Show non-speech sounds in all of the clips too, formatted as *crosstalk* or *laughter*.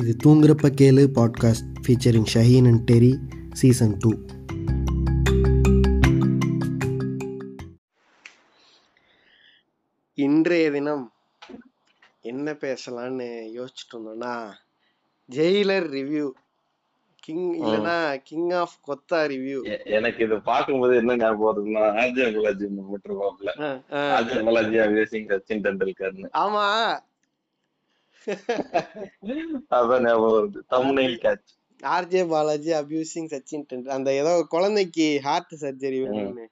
இது தூங்குறப்ப கேளு podcast featuring Shaheen and Terry season two இன்றைய தினம் என்ன பேசலான்னு யோசிச்சுட்டு இருந்தோம்னா ஜெயிலர் ரிவ்யூ கிங் இல்லனா கிங் ஆஃப் கொத்தா ரிவ்யூ எ- எனக்கு இது பார்க்கும்போது என்ன ஞாபகம் வருதுன்னா ஆர்ஜி அங்கலாஜி போட்டிருப்பாப்ல ஆர்ஜி அங்கலாஜி அவியசிங் சச்சின் டெண்டுல்கர்னு ஆமா அதான் ஞாபகம் வருது தமிழில் catch RJ Balaji abusing Sachin Tendulkar அந்த ஏதோ குழந்தைக்கு ஹார்ட் சர்ஜரி வேணும்னு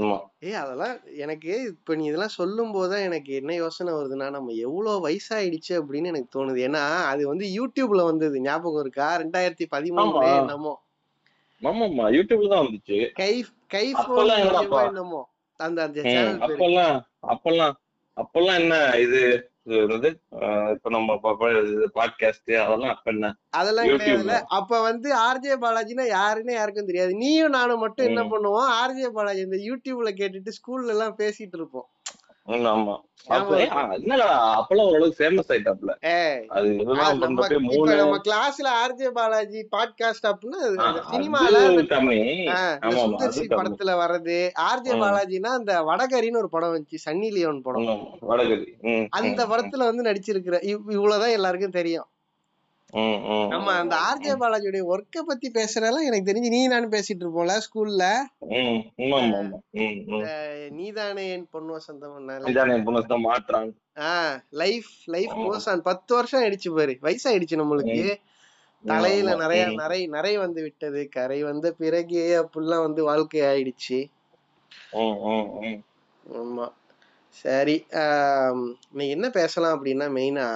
ஆமா ஏய் அதெல்லாம் எனக்கு இப்போ நீ இதெல்லாம் சொல்லும் போதுதான் எனக்கு என்ன யோசனை வருதுன்னா நம்ம எவ்வளோ வயசாயிடுச்சு அப்படின்னு எனக்கு தோணுது ஏன்னா அது வந்து யூடியூப்ல வந்தது ஞாபகம் இருக்கா ரெண்டாயிரத்தி பதிமூணு ஆமா. என்னமோ ஆமா ஆமா யூடியூப்ல தான் வந்துச்சு கை கை அப்பெல்லாம் phone என்னடா மூலியமா பா- என்னமோ அந்த அந்த ம், சேனல் பேரு அப்பெல்லாம் அப்பெல்லாம் அப்பெல்லாம் என்ன இது இது என்னது அஹ் இப்ப நம்ம பாட்காஸ்ட் அதெல்லாம் அப்ப என்ன அதெல்லாம் கிடையாதுல யூடியூப்ல. அப்ப வந்து ஆர்ஜே பாலாஜினா யாருன்னு யாருக்கும் தெரியாது நீயும் நானும் மட்டும் என்ன ம். பண்ணுவோம் ஆர்ஜே பாலாஜி இந்த யூடியூப்ல கேட்டுட்டு ஸ்கூல்ல எல்லாம் பேசிட்டு இருப்போம் ம், ஆமா அப்ப ஆமா. ஏ, ஆ, என்னடா அப்பெல்லாம் ஓரளவுக்கு ஃபேமஸ் ஆயிட்டாப்ல ஏய் அது இதெல்லாம் நம்ம பண்றப்ப இப்ப மூணு நம்ம கிளாஸ்ல ஆர்ஜே பாலாஜி பாட்காஸ்ட் அப்படின்னா அது ஆ, அந்த சினிமால அந்த அது கம்மி ஆ, இந்த ஆமா ஆமா அது சுந்தர்சி கம்மி படத்துல வர்றது ஆர்ஜே ம். பாலாஜினா அந்த வடகரின்னு ஒரு படம் வந்துச்சு சன்னி லியோன் படம் ஆமா, வடகறி ம், அந்த ம், படத்துல வந்து நடிச்சிருக்கிற இவ்- இவ்வளவுதான் எல்லாருக்கும் தெரியும் ம், ம், நம்ம அந்த ஆர்ஜே பாலாஜியுடைய ஒர்க்க பத்தி பேசுறதெல்லாம் எனக்கு தெரிஞ்சு நீ நானும் பேசிட்டு இருப்போம்ல ஸ்கூல்ல ம், ஆமா, ஆமா, ஆமா. ம், ம். நீதானே என் பொன் வசந்தம் இதானே புனஸ்தான் மாற்றான். ஆஹ் லைஃப் லைஃப் ஆமா. கோஸ் ஆன் பத்து வருஷம் ஆயிடுச்சு பாரு வயசாயிடுச்சு நம்மளுக்கு தலையில ஆமா, நிறைய ம், நிறை நிறை வந்து விட்டது கரை வந்த பிறகு அப்படிலாம் வந்து வாழ்க்கை ஆயிடுச்சு ம், ம், ம். ஆமா சரி ஆம், இன்னைக்கு என்ன பேசலாம் அப்படின்னா மெயினா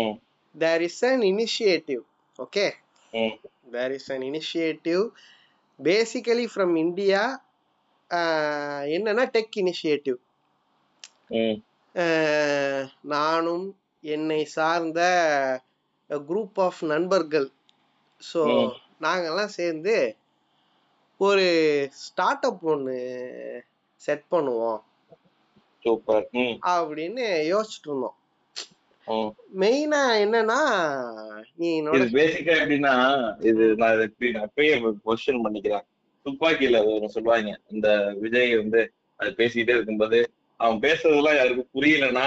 ம், there is an initiative okay ம். There is an initiative basically from India uh, என்னன்னா டெக் இனிஷியேட்டிவ் ம், Uh, நானும் என்னை சார்ந்த குரூப் ஆஃப் நண்பர்கள் ஸோ ம். நாங்கெல்லாம் சேர்ந்து ஒரு ஸ்டார்ட் அப் ஒன்று செட் பண்ணுவோம் சூப்பர் ம், அப்படின்னு யோசிச்சுட்டு இருந்தோம் ம். மெயினா என்னன்னா நீ என்னோட இது பேசிக்கா எப்படின்னா இது நான் இதை எப்படி- நான் அப்பயே கொஸ்டின் பண்ணிக்கிறேன் துப்பாக்கியில ஒன்று சொல்லுவாங்க இந்த விஜய் வந்து அது பேசிக்கிட்டே இருக்கும்போது அவன் பேசுறதெல்லாம் யாருக்கும் புரியலன்னா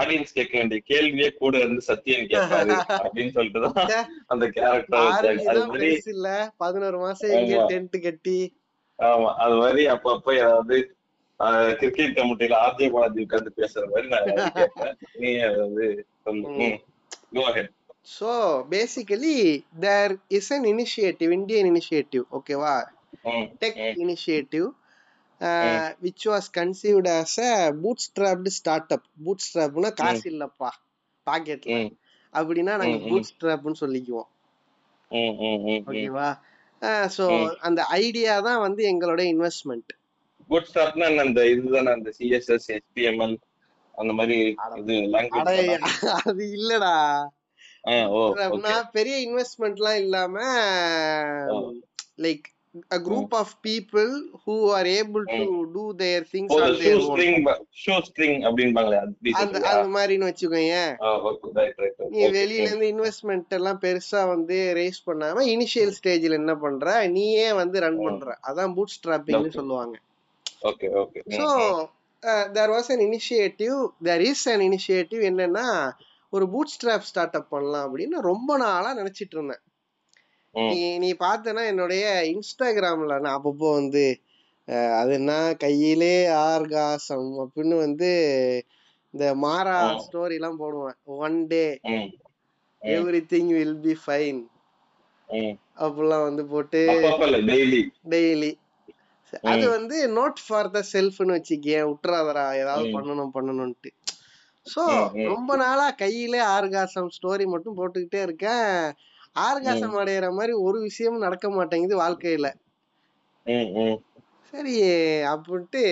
ஆடியன்ஸ் கேட்க வேண்டிய கேள்வியே கூட இருந்து சத்தியன் *laughs* கேட்பாரு அப்படின்னு சொல்லிட்டு தான் *laughs* அந்த கேரக்டர் ஆர்மி அது தான் மாதிரி பெருசு இல்ல பதினோரு மாசம் எங்க ஆமா. டென்ட் கட்டி ஆமா அது மாதிரி அப்பப்ப ஏதாவது கிரிக்கெட் கமிட்டியில ஆர்ஜே பாலாஜி உட்கார்ந்து பேசுற மாதிரி நான் ஏதாவது கேட்பேன் நீ அதாவது ம். So basically there is an initiative Indian initiative ஓகேவா டெக் ம். Initiative uh, which was conceived as a bootstrapped start up boot ஸ்ட்ராப்னா காசு இல்லப்பா பாக்கெட்ல Eh. அப்படின்னா நாங்க ம், ம். பூட் ஸ்ட்ராப்னு சொல்லிக்குவோம் ஓகேவா ஸோ ம். அந்த ஐடியா தான் வந்து எங்களோட இன்வெஸ்ட்மெண்ட் குட் ஸ்டார்ட்னா அந்த இதுதானே அந்த சிஎஸ்எஸ் HTML அந்த மாதிரி அட- இது அட லாங்குவேஜ் அது இல்லடா ஓ அப்படின்னா ஓகே பெரிய இன்வெஸ்ட்மெண்ட்லாம் இல்லாம ஓ. Like a group of people who are able to do their things on ஒரு shoe their own string shoe string அப்படிம்பாங்களே அது அந்த அந்த மாதிரின்னு வச்சுக்கோயேன் ஓகே ரைட் ரைட் நீ வெளியில இருந்து இன்வெஸ்ட்மெண்ட் எல்லாம் பெருசா வந்து ரேஸ் பண்ணாம இனிஷியல் ஸ்டேஜ்ல என்ன பண்ற நீயே வந்து ரன் ம். பண்ற அதான் பூட் ஸ்ட்ராப்பிங்னு Okay. சொல்லுவாங்க okay okay so there was an initiative there is an initiative என்னன்னா ஒரு பூட் ஸ்ட்ராப் ஸ்டார்ட் அப் பண்ணலாம் அப்படின்னு ரொம்ப நாளா நினைச்சிட்டு இருந்தேன் நீ நீ பார்த்தனா என்னுடைய இன்ஸ்டாகிராம்ல நான் அப்பப்போ வந்து அஹ், அது என்ன கையிலே ஆர்காசம் அப்படின்னு வந்து இந்த மாறா ஆ. ஸ்டோரி எல்லாம் போடுவேன் ஒன் டே ம் ம். Everything will be fine ம். அப்படிலாம் வந்து போட்டு அப்பப்ப இல்ல டெய்லி டெய்லி அது ம். வந்து நோட் ஃபார் த செல்ஃப்னு வச்சுக்கேன் விட்டுறாதரா ஏதாவது ம். பண்ணணும் பண்ணணும்ட்டு ஸோ ம், ம். ரொம்ப நாளா கையிலே ஆர்காசம் ஸ்டோரி மட்டும் போட்டுக்கிட்டே இருக்கேன் ஆர்காசம் அடையிற மாதிரி ஒரு விஷயமும் நடக்க மாட்டேங்குது வாழ்க்கையில ம், ம். சரி அப்படின்ட்டு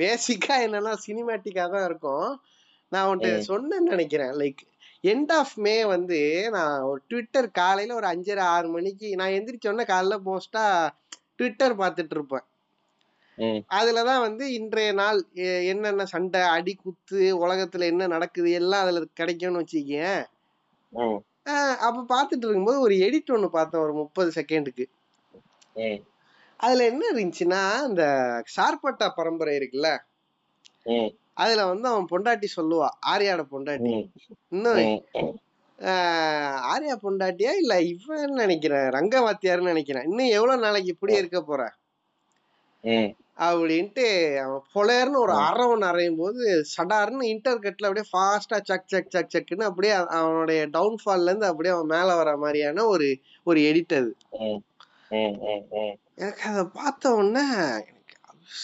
பேசிக்கா என்னன்னா சினிமேட்டிக்கா தான் இருக்கும் நான் உன்கிட்ட ம். சொன்னேன்னு நினைக்கிறேன் லைக் எண்ட் ஆஃப் மே வந்து நான் ஒரு ட்விட்டர் காலையில ஒரு அஞ்சரை ஆறு மணிக்கு நான் எந்திரிச்ச உடனே காலைல மோஸ்டா ட்விட்டர் பார்த்துட்டு இருப்பேன் ம். அதுலதான் வந்து இன்றைய நாள் எ- என்னென்ன சண்டை அடி குத்து உலகத்துல என்ன நடக்குது எல்லாம் அதுல கிடைக்கும்னு வச்சுக்கேன் ம், அப்ப பாத்துட்டு இருக்கும்போது ஒரு எடிட் ஒண்ணு பார்த்தேன் ஒரு முப்பது செகண்டுக்கு ம், அதுல என்ன இருந்துச்சுன்னா இந்த சார்பட்டா பரம்பரை இருக்குல்ல ம், அதுல வந்து அவன் பொண்டாட்டி சொல்லுவா ஆரியாட பொண்டாட்டி ம், இன்னும் ம், ம். ஆஹ் ஆர்யா பொண்டாட்டியா இல்ல இவன் நினைக்கிறேன் ரங்க வாத்தியார்னு நினைக்கிறேன் இன்னும் எவ்வளவு நாளைக்கு இப்படியே இருக்க போற ம், அப்படின்ட்டு அவன் பொலையர்னு ஒரு ஆ. அரவன் அறையும் போது சடார்னு இன்டர்கட்ல அப்படியே ஃபாஸ்டா சக் சக் சக் சக்குன்னு அப்படியே அவ- அவனுடைய டவுன்ஃபால்ல இருந்து அப்படியே அவன் மேல வர மாதிரியான ஒரு ஒரு எடிட் அது ம், ம், ம், ம். எனக்கு அதை பார்த்த உடனே எனக்கு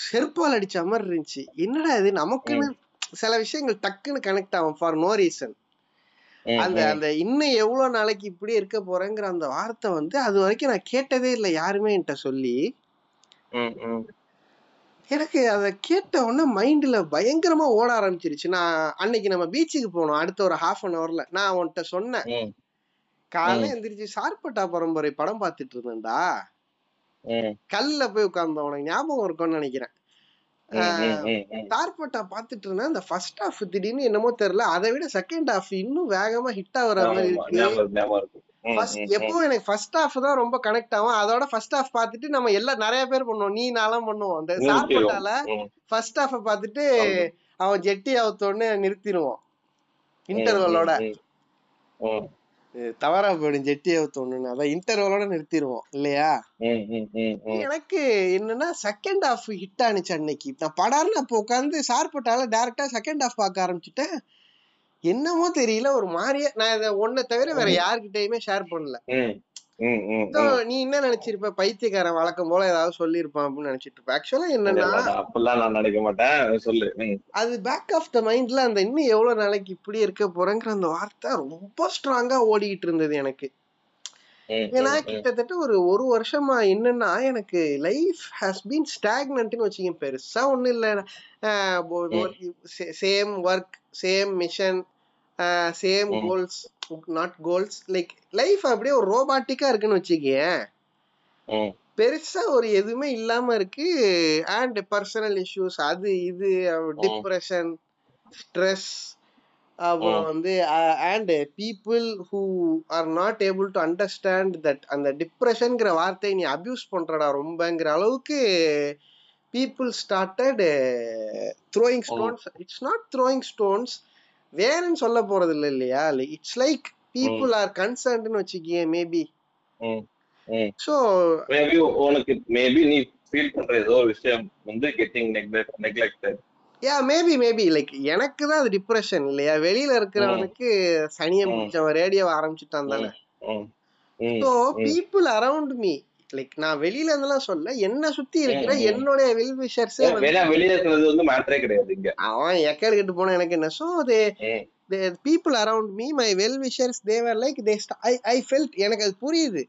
செருப்பால் அடிச்ச மாதிரி இருந்துச்சு என்னடா இது நமக்குன்னு சில விஷயங்கள் டக்குன்னு கனெக்ட் ஆகும் ஃபார் நோ ரீசன் ம், அந்த ம். அந்த இன்னும் எவ்வளவு நாளைக்கு இப்படி இருக்க போறேங்கிற அந்த வார்த்தை வந்து அது வரைக்கும் நான் கேட்டதே இல்லை யாருமே என்கிட்ட சொல்லி ம், ம். எனக்கு அதை கேட்ட உடனே மைண்ட்ல பயங்கரமா ஓட ஆரம்பிச்சிருச்சு நான் அன்னைக்கு நம்ம பீச்சுக்கு போனோம் அடுத்த ஒரு ஹாஃப் அன் ஹவர்ல நான் உன்கிட்ட சொன்னேன் ம், காலைல ம். எந்திரிச்சு சார்பட்டா பரம்பரை படம் பார்த்துட்டு இருந்தேன்டா ம், கல்ல போய் உட்கார்ந்தோம் உனக்கு ஞாபகம் இருக்கும்னு நினைக்கிறேன் ம், ஆஹ் ம், ம், ம். டார்பட்டா பார்த்துட்டு இருந்தேன் அந்த ஃபர்ஸ்ட் ஹாஃப் திடீர்னு என்னமோ தெரியல அதை விட செகண்ட் ஹாஃப் இன்னும் வேகமா ஹிட் ஆகுற மாதிரி mm. ஆமா, இருக்கு ஞாபகம் ஞாபகம் இருக்கு Mm, ம், ஃபர்ஸ்ட் ம், ம். எப்பவும் எனக்கு ஃபர்ஸ்ட் ஹாஃப் தான் ரொம்ப கனெக்ட் ஆகும் அதோட ஃபர்ஸ்ட் ஹாஃப் பார்த்துட்டு நம்ம எல்லாம் நிறைய பேர் பண்ணுவோம் நீ நான்லாம் பண்ணுவோம் அந்த ம், தெரியும். சார்பட்டால ம், ஃபர்ஸ்ட் ஹாஃப பார்த்துட்டு ஆமா. அவன் ஜெட்டி அவுத்தோடனே நிறுத்திடுவோம் ம், ம், இன்டர்வலோட ம், ம், தவறா போயிடும் ஜெட்டி அவுத்தோடனே அதான் இன்டர்வலோட நிறுத்திடுவோம் இல்லையா ம், ம், ம், ம். எனக்கு என்னன்னா செகண்ட் ஹாஃப் ஹிட் ஆனிச்சு அன்னைக்கு நான் படார்னு அப்போ உட்காந்து சார்பட்டால டேரக்டா செகண்ட் ஹாஃப் பார்க்க ஆரம்பிச்சுட்டேன் என்னமோ தெரியல ஒரு மாதிரியே நான் இதை ஒன்ன தவிர வேற யார்கிட்டயுமே ஷேர் பண்ணல ம், ம், ம், இதோ ம். நீ என்ன நினைச்சிருப்ப பைத்தியக்காரன் வழக்கம் போல ஏதாவது சொல்லியிருப்பான் அப்படின்னு நினைச்சிட்டு இருப்ப ஆக்சுவலா என்னன்னா mm. இல்ல, நான் அப்படிலாம் நான் நினைக்க மாட்டேன் சொல்லு ம், அது பேக் ஆஃப் த மைண்ட்ல அந்த இன்னும் எவ்வளவு நாளைக்கு இப்படி இருக்க போறேங்கிற அந்த வார்த்தை ரொம்ப ஸ்ட்ராங்கா ஓடிக்கிட்டு இருந்தது எனக்கு ம், ஏன்னா ம், ம். கிட்டத்தட்ட ஒரு ஒரு வருஷமா என்னன்னா எனக்கு லைஃப் ஹாஸ் பீன் ஸ்டாக்னன்ட்னு வச்சுக்க பெருசா ஒண்ணும் ம், இல்லை same work same mission same ம், goals not goals like life அப்படியே ஒரு ரோபாட்டிக்கா இருக்குன்னு வச்சுக்கேன் ம், பெருசா ஒரு எதுவுமே இல்லாம இருக்கு அண்ட் பர்சனல் இஷ்யூஸ் அது இது ம், டிப்ரெஷன் ஸ்ட்ரெஸ் அப்புறம் ம், வந்து and people who are not able to understand that அந்த டிப்ரெஷன்ங்கிற வார்த்தையை நீ அபியூஸ் பண்றடா ரொம்பங்கிற அளவுக்கு பீப்புள் ஸ்டார்டட் த்ரோயிங் ம், stones it's not throwing stones வேணும்னு சொல்ல போறது இல்லை இல்லையா இட்ஸ் லைக் ம், பீப்புள் ஆர் கன்சர்ன்னு வச்சுக்கியே மேபி ம், ம். ஸோ மேபி உனக்கு மேபி நீ ஃபீல் பண்ற ஏதோ ஒரு விஷயம் வந்து getting neglect neglected yeah maybe maybe like எனக்கு தான் அது டிப்ரெஷன் இல்லையா வெளியில இருக்கிறவனுக்கு சனியை பிடிச்சவன் ரேடியோவை ஆரம்பிச்சுட்டான் தானே so people around me like நான் வெளியில இருந்தெல்லாம் சொல்ல என்னை சுத்தி இருக்கிற என்னுடைய வெல்விஷர்ஸே வேணா வந்து வெளியே இருக்கிறது வந்து மேட்டரே கிடையாது இங்க அவன் எக்கேடு கெட்டு போனா எனக்கு என்ன ஸோ தே ம், people around me my wellwishers they were like they I I felt எனக்கு அது புரியுது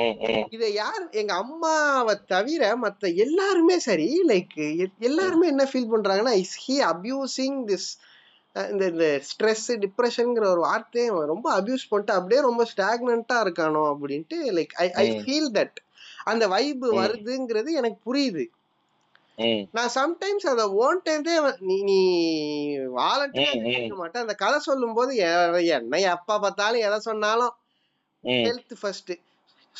ம், ம், இதை யார் எங்க அம்மாவை தவிர மத்த எல்லாருமே சரி லைக் ம், எல்லாருமே என்ன ஃபீல் பண்றாங்கன்னா இஸ் ஹி அபியூசிங் திஸ் இந்த இந்த ஸ்ட்ரெஸ் டிப்ரெஷன்ங்கிற ஒரு வார்த்தையை அவன் ரொம்ப அபியூஸ் பண்ணிட்டு அப்படியே ரொம்ப ஸ்டாக்னண்டா இருக்கானோ அப்படின்ட்டு லைக் ஐ ஐ ம், ஃபீல் தட் அந்த வைப்பு ம், வருதுங்கிறது எனக்கு புரியுது ம், நான் சம்டைம்ஸ் அதை ஓன்ட்டதே நீ நீ வாலண்டரா ம், ம், கேட்டிருக்க மாட்டேன் அந்த கதை சொல்லும்போது எ- என்ன எப்பா பார்த்தாலும் எதை சொன்னாலும் ம், ஹெல்த் ஃபர்ஸ்ட்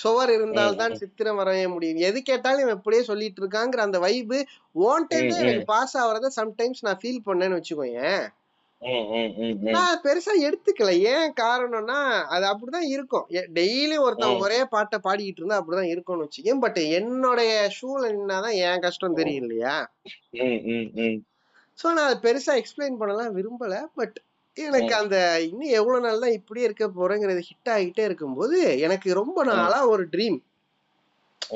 சுவர் ம், இருந்தால்தான் ம், சித்திரம் வரைய முடியும் எது கேட்டாலும் இவன் இப்படியே சொல்லிட்டு இருக்காங்கிற அந்த வைப்பு ம், ஓன்ட்டதே எனக்கு ம், பாஸ் ஆகுறத சம்டைம்ஸ் நான் ஃபீல் பண்ணேன்னு வச்சுக்கோயேன் ம், ம், ம், ம், நான் பெருசா எடுத்துக்கல ஏன் காரணம்னா அது அப்படிதான் இருக்கும் டெய்லி ஒருத்தன் ம், ஒரே பாட்டை பாடிக்கிட்டு இருந்தா அப்படிதான் இருக்கும்னு வச்சுக்கேன் பட் என்னுடைய ஷூல நின்னாதான் என் கஷ்டம் தெரியும் இல்லையா ம், ம், ம், ஸோ நான் அதை பெருசா எக்ஸ்பிளைன் பண்ணலாம் விரும்பல பட் எனக்கு ம், அந்த இன்னும் எவ்வளவு நாள் தான் இப்படியே இருக்க போறேங்கிறது ஹிட் ஆகிட்டே இருக்கும்போது எனக்கு ரொம்ப ம், நாளா ஒரு ட்ரீம்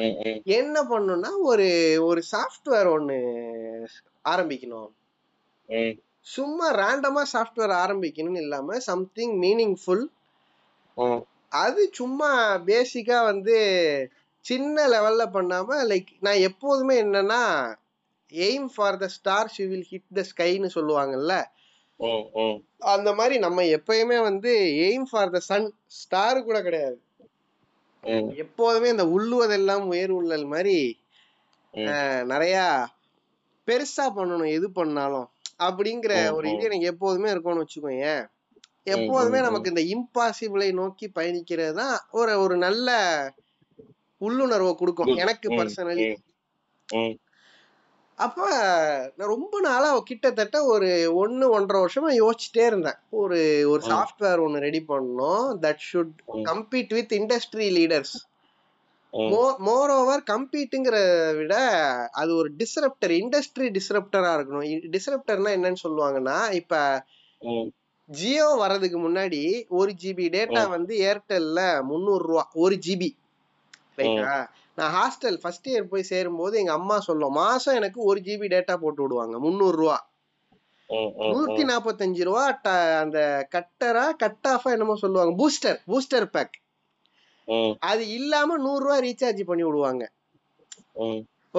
ம், ம். என்ன பண்ணணும்னா ஒரு ஒரு சாஃப்ட்வேர் ஒன்று ஆரம்பிக்கணும் ம், சும்மா ரேண்டமா சாஃப்ட்வேர் ஆரம்பிக்கணும்னு இல்லாம சம்திங் மீனிங்ஃபுல் ம், அது சும்மா பேசிக்கா வந்து சின்ன லெவல்ல பண்ணாம லைக் நான் எப்போதுமே என்னன்னா aim for the star she will hit the ஸ்கைன்னு சொல்லுவாங்கல்ல ம், ம். அந்த மாதிரி நம்ம எப்பயுமே வந்து aim for the sun star கூட கிடையாது ம், எப்போதுமே இந்த உள்ளுவதெல்லாம் உயர் உள்ளல் மாதிரி அஹ் நிறைய பெருசா பண்ணணும் எது பண்ணாலும் அப்படிங்கிற ஒரு இது எனக்கு எப்போதுமே இருக்கும்னு வச்சுக்கோயேன் எப்போதுமே நமக்கு இந்த இம்பாசிபிளை நோக்கி பயணிக்கிறது தான் ஒரு ஒரு நல்ல உள்ளுணர்வை கொடுக்கும் எனக்கு பர்சனலி அப்ப நான் ரொம்ப நாளா கிட்டத்தட்ட ஒரு ஒன்னு ஒன்றரை வருஷமா யோசிச்சுட்டே இருந்தேன் ஒரு ஒரு சாஃப்ட்வேர் ஒன்னு ரெடி பண்ணணும் that should compete with industry leaders moreover கம்பீட்டுங்கிற விட அது ஒரு டிஸ்ரப்டர் இண்டஸ்ட்ரி டிஸ்ரப்டரா இருக்கணும் டிஸ்ரப்டர்னா என்னன்னு சொல்லுவாங்கன்னா இப்ப ஜியோ வர்றதுக்கு முன்னாடி ஒரு ஜிபி டேட்டா வந்து ஏர்டெல்ல முந்நூறு ரூபா ஒரு ஜிபி ரைட்டா நான் ஹாஸ்டல் ஃபர்ஸ்ட் இயர் போய் சேரும்போது எங்க அம்மா சொல்லும் மாசம் எனக்கு ஒரு ஜிபி டேட்டா போட்டு விடுவாங்க முந்நூறு ரூபா நூத்தி நாப்பத்தஞ்சு ரூபா அந்த கட்டரா கட் ஆஃபா என்னமோ சொல்லுவாங்க பூஸ்டர் பூஸ்டர் பேக் அது இல்லாம நூறு ரூபா ரீசார்ஜ் பண்ணி விடுவாங்க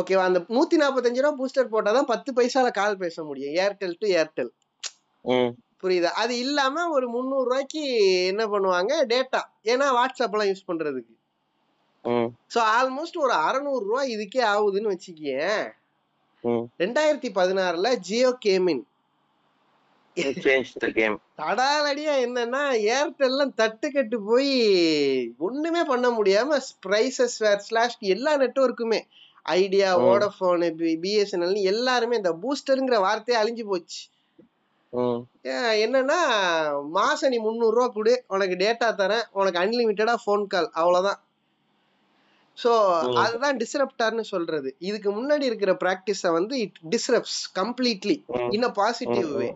ஓகேவா அந்த நூத்தி நாப்பத்தஞ்சு ரூபா பூஸ்டர் போட்டாதான் பத்து பைசால கால் பேச முடியும் ஏர்டெல் டு ஏர்டெல் புரியுதா அது இல்லாம ஒரு முந்நூறு ரூபாய்க்கு என்ன பண்ணுவாங்க டேட்டா ஏன்னா வாட்ஸ்அப்லாம் யூஸ் பண்றதுக்கு ஸோ ஆல்மோஸ்ட் ஒரு அறநூறு ரூபா இதுக்கே ஆகுதுன்னு வச்சுக்கேன் ரெண்டாயிரத்தி பதினாறுல ஜியோ கேமின் தடாலடியா என்னன்னா ஏர்டெல்லாம் தட்டுக்கட்டு போய் ஒண்ணுமே பண்ண முடியாம பிரைசஸ் வேர் ஸ்லாஷ் எல்லா நெட்ஒர்க்குமே ஐடியா ஓடஃபோனு பிஎஸ்என்எல் எல்லாருமே இந்த பூஸ்டருங்கிற வார்த்தையே அழிஞ்சு போச்சு என்னன்னா மாசம் நீ முந்நூறுரூவா கொடு உனக்கு டேட்டா தரேன் உனக்கு அன்லிமிட்டடா ஃபோன் கால் அவ்வளோதான் ஸோ அதுதான் டிஸ்ரப்டார்னு சொல்றது இதுக்கு முன்னாடி இருக்கிற ப்ராக்டிஸை வந்து it disrupts completely in a positive way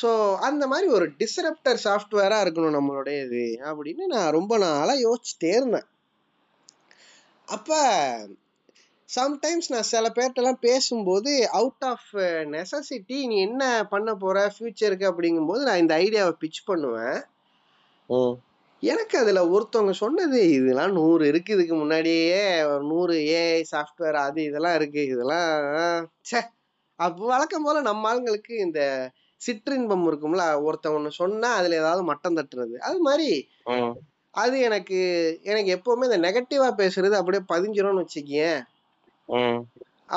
so அந்த மாதிரி ஒரு டிஸ்ரப்டர் சாஃப்ட்வேராக இருக்கணும் நம்மளுடைய இது அப்படின்னு நான் ரொம்ப நாளாக யோசிச்சுட்டே இருந்தேன் அப்போ சம்டைம்ஸ் நான் சில பேர்கிட்டலாம் பேசும்போது அவுட் ஆஃப் நெசசிட்டி நீ என்ன பண்ண போகிற ஃப்யூச்சருக்கு அப்படிங்கும்போது நான் இந்த ஐடியாவை பிச் பண்ணுவேன் எனக்கு அதில் ஒருத்தவங்க சொன்னது இதெல்லாம் நூறு இருக்குது இதுக்கு முன்னாடியே ஒரு நூறு ஏஐ சாஃப்ட்வேர் அது இதெல்லாம் இருக்குது இதெல்லாம் சே அப்போ வழக்கம் போல் நம்ம ஆளுங்களுக்கு இந்த சிற்றின்பம் இருக்கும்ல ஒருத்தவன்னு சொன்னா அதுல ஏதாவது மட்டம் தட்டுறது அது மாதிரி அது எனக்கு எனக்கு எப்பவுமே இந்த நெகட்டிவா பேசுறது அப்படியே பதிஞ்சிரும்னு வச்சுக்கேன்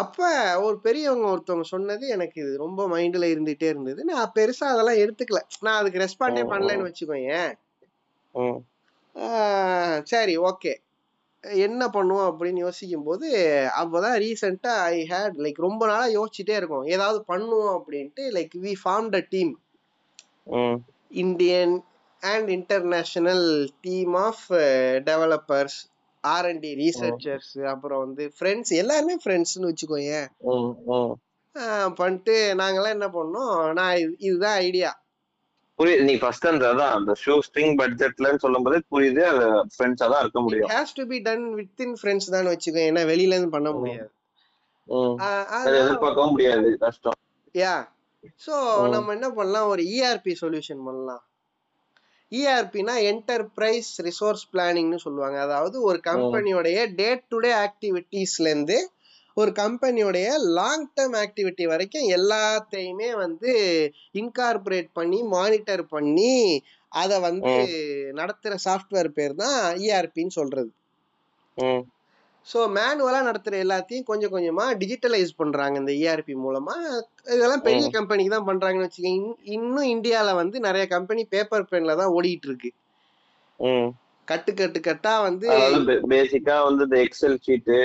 அப்ப ஒரு பெரியவங்க ஒருத்தவங்க சொன்னது எனக்கு இது ரொம்ப மைண்ட்ல இருந்துட்டே இருந்தது நான் பெருசா அதெல்லாம் எடுத்துக்கல நான் அதுக்கு ரெஸ்பாண்டே பண்ணலன்னு வச்சுக்கோங்க சரி ஓகே என்ன பண்ணுவோம் அப்படின்னு யோசிக்கும் போது அப்போதான் ரீசெண்டாக ஐ ஹேட் லைக் ரொம்ப நாளாக யோசிச்சுட்டே இருக்கோம் ஏதாவது பண்ணுவோம் அப்படின்ட்டு like we form the team Indian and international team of uh, developers R and D researchers அப்புறம் வந்து ஃப்ரெண்ட்ஸ் எல்லாருமே ஃப்ரெண்ட்ஸ்னு வச்சுக்கோங்க பண்ணிட்டு நாங்கெல்லாம் என்ன பண்ணோம் நான் இதுதான் ஐடியா புரியுது நீ ஃபர்ஸ்ட் அந்த அதான் அந்த ஷூ ஸ்ட்ரிங் பட்ஜெட்லன்னு சொல்லும்போது புரியுது அது ஃப்ரெண்ட்ஸா தான் இருக்க முடியும் has to be done with in friends தான் வச்சுக்கோ ஏன்னா வெளியில இருந்து பண்ண முடியாது எதிர்பார்க்கவும் முடியாது கஷ்டம் யா சோ நம்ம என்ன பண்ணலாம் ஒரு E இஆர்பி சொல்யூஷன் பண்ணலாம் E இஆர்பினா என்டர்பிரைஸ் ரிசோர்ஸ் பிளானிங்னு சொல்லுவாங்க அதாவது ஒரு கம்பெனியோடைய டே டு டே ஆக்டிவிட்டீஸ்ல இருந்து ஒரு கம்பெனியோடைய லாங் டேர்ம் ஆக்டிவிட்டி வரைக்கும் எல்லாத்தையுமே வந்து இன்கார்பரேட் பண்ணி மானிட்டர் பண்ணி அதை வந்து நடத்துகிற சாஃப்ட்வேர் பேர் தான் E இஆர்பின்னு சொல்றது ஸோ மேனுவலாக நடத்துகிற எல்லாத்தையும் கொஞ்சம் கொஞ்சமாக டிஜிட்டலைஸ் பண்ணுறாங்க இந்த E இஆர்பி மூலமாக இதெல்லாம் பெரிய கம்பெனிக்கு தான் பண்ணுறாங்கன்னு வச்சுக்கோங்க இன்னும் இந்தியாவில் வந்து நிறைய கம்பெனி பேப்பர் பெனில் தான் ஓடிட்டு இருக்கு கட்டு கட்டு கட்டா வந்து பேசிக்கா வந்து இந்த எக்ஸல் ஷீட்டு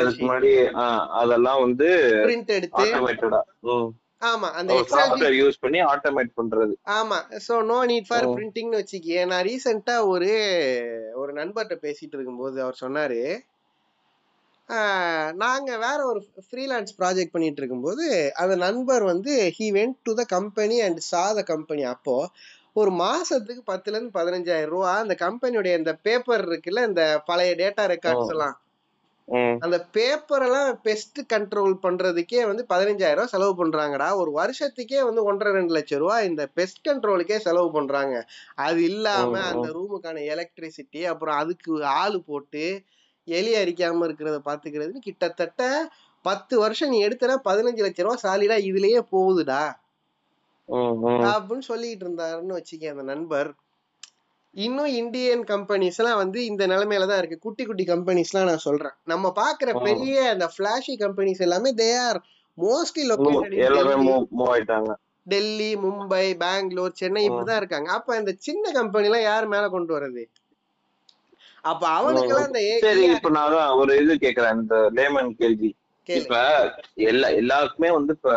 அதுக்கு முன்னாடி அதெல்லாம் வந்து பிரிண்ட் எடுத்து ஆட்டோமேட்டடா ஆமா அந்த சாஃப்ட்வேர் யூஸ் பண்ணி ஆட்டோமேட் பண்றது ஆமா சோ நோ நீட் ஃபார் பிரிண்டிங்னு வச்சுக்கியே நான் ரீசெண்டா ஒரு ஒரு நண்பர்கிட்ட பேசிட்டு இருக்கும்போது அவர் சொன்னாரு நாங்க வேற ஒரு ஃப்ரீலான்ஸ் ப்ராஜெக்ட் பண்ணிட்டு இருக்கும்போது அந்த நண்பர் வந்து he went to the company and saw the company அப்போ ஒரு மாசத்துக்கு பத்துல இருந்து பதினஞ்சாயிரம் ரூபா அந்த கம்பெனியுடைய இந்த பேப்பர் இருக்குல்ல இந்த பழைய டேட்டா ரெக்கார்ட்ஸ் எல்லாம் அந்த பேப்பர் எல்லாம் பெஸ்ட் கண்ட்ரோல் பண்றதுக்கே வந்து பதினஞ்சாயிரம் ரூபாய் செலவு பண்றாங்கடா ஒரு வருஷத்துக்கே வந்து ஒன்றரை ரெண்டு லட்சம் ரூபாய் இந்த பெஸ்ட் கண்ட்ரோலுக்கே செலவு பண்றாங்க அது இல்லாம அந்த ரூமுக்கான எலக்ட்ரிசிட்டி அப்புறம் அதுக்கு ஆள் போட்டு எலி அரிக்காம இருக்கிறத பாத்துக்கிறதுன்னு கிட்டத்தட்ட பத்து வருஷம் நீ எடுத்தனா பதினஞ்சு லட்ச ரூபா சாலிடா இதுலயே போகுதுடா அப்படின்னு சொல்லிட்டு இருந்தாருன்னு வச்சுக்க அந்த நண்பர் இன்னும் இந்தியன் கம்பெனிஸ் எல்லாம் வந்து இந்த நிலைமையில தான் இருக்கு குட்டி குட்டி கம்பெனிஸ் எல்லாம் நான் சொல்றேன் நம்ம பாக்குற பெரிய அந்த பிளாஷி கம்பெனிஸ் எல்லாமே தே ஆர் மோஸ்ட்லி எல்லாமே மூவ் ஆயிட்டாங்க டெல்லி மும்பை பெங்களூர் சென்னை இப்படிதான் இருக்காங்க அப்ப இந்த சின்ன கம்பெனி எல்லாம் யார் மேல கொண்டு வர்றது அப்ப அவனுக்கெல்லாம் அந்த சரி இப்ப நான் தான் ஒரு இது கேக்குறேன் இந்த லேமன் கேள்வி இப்ப எல்லா எல்லாருக்குமே வந்து இப்ப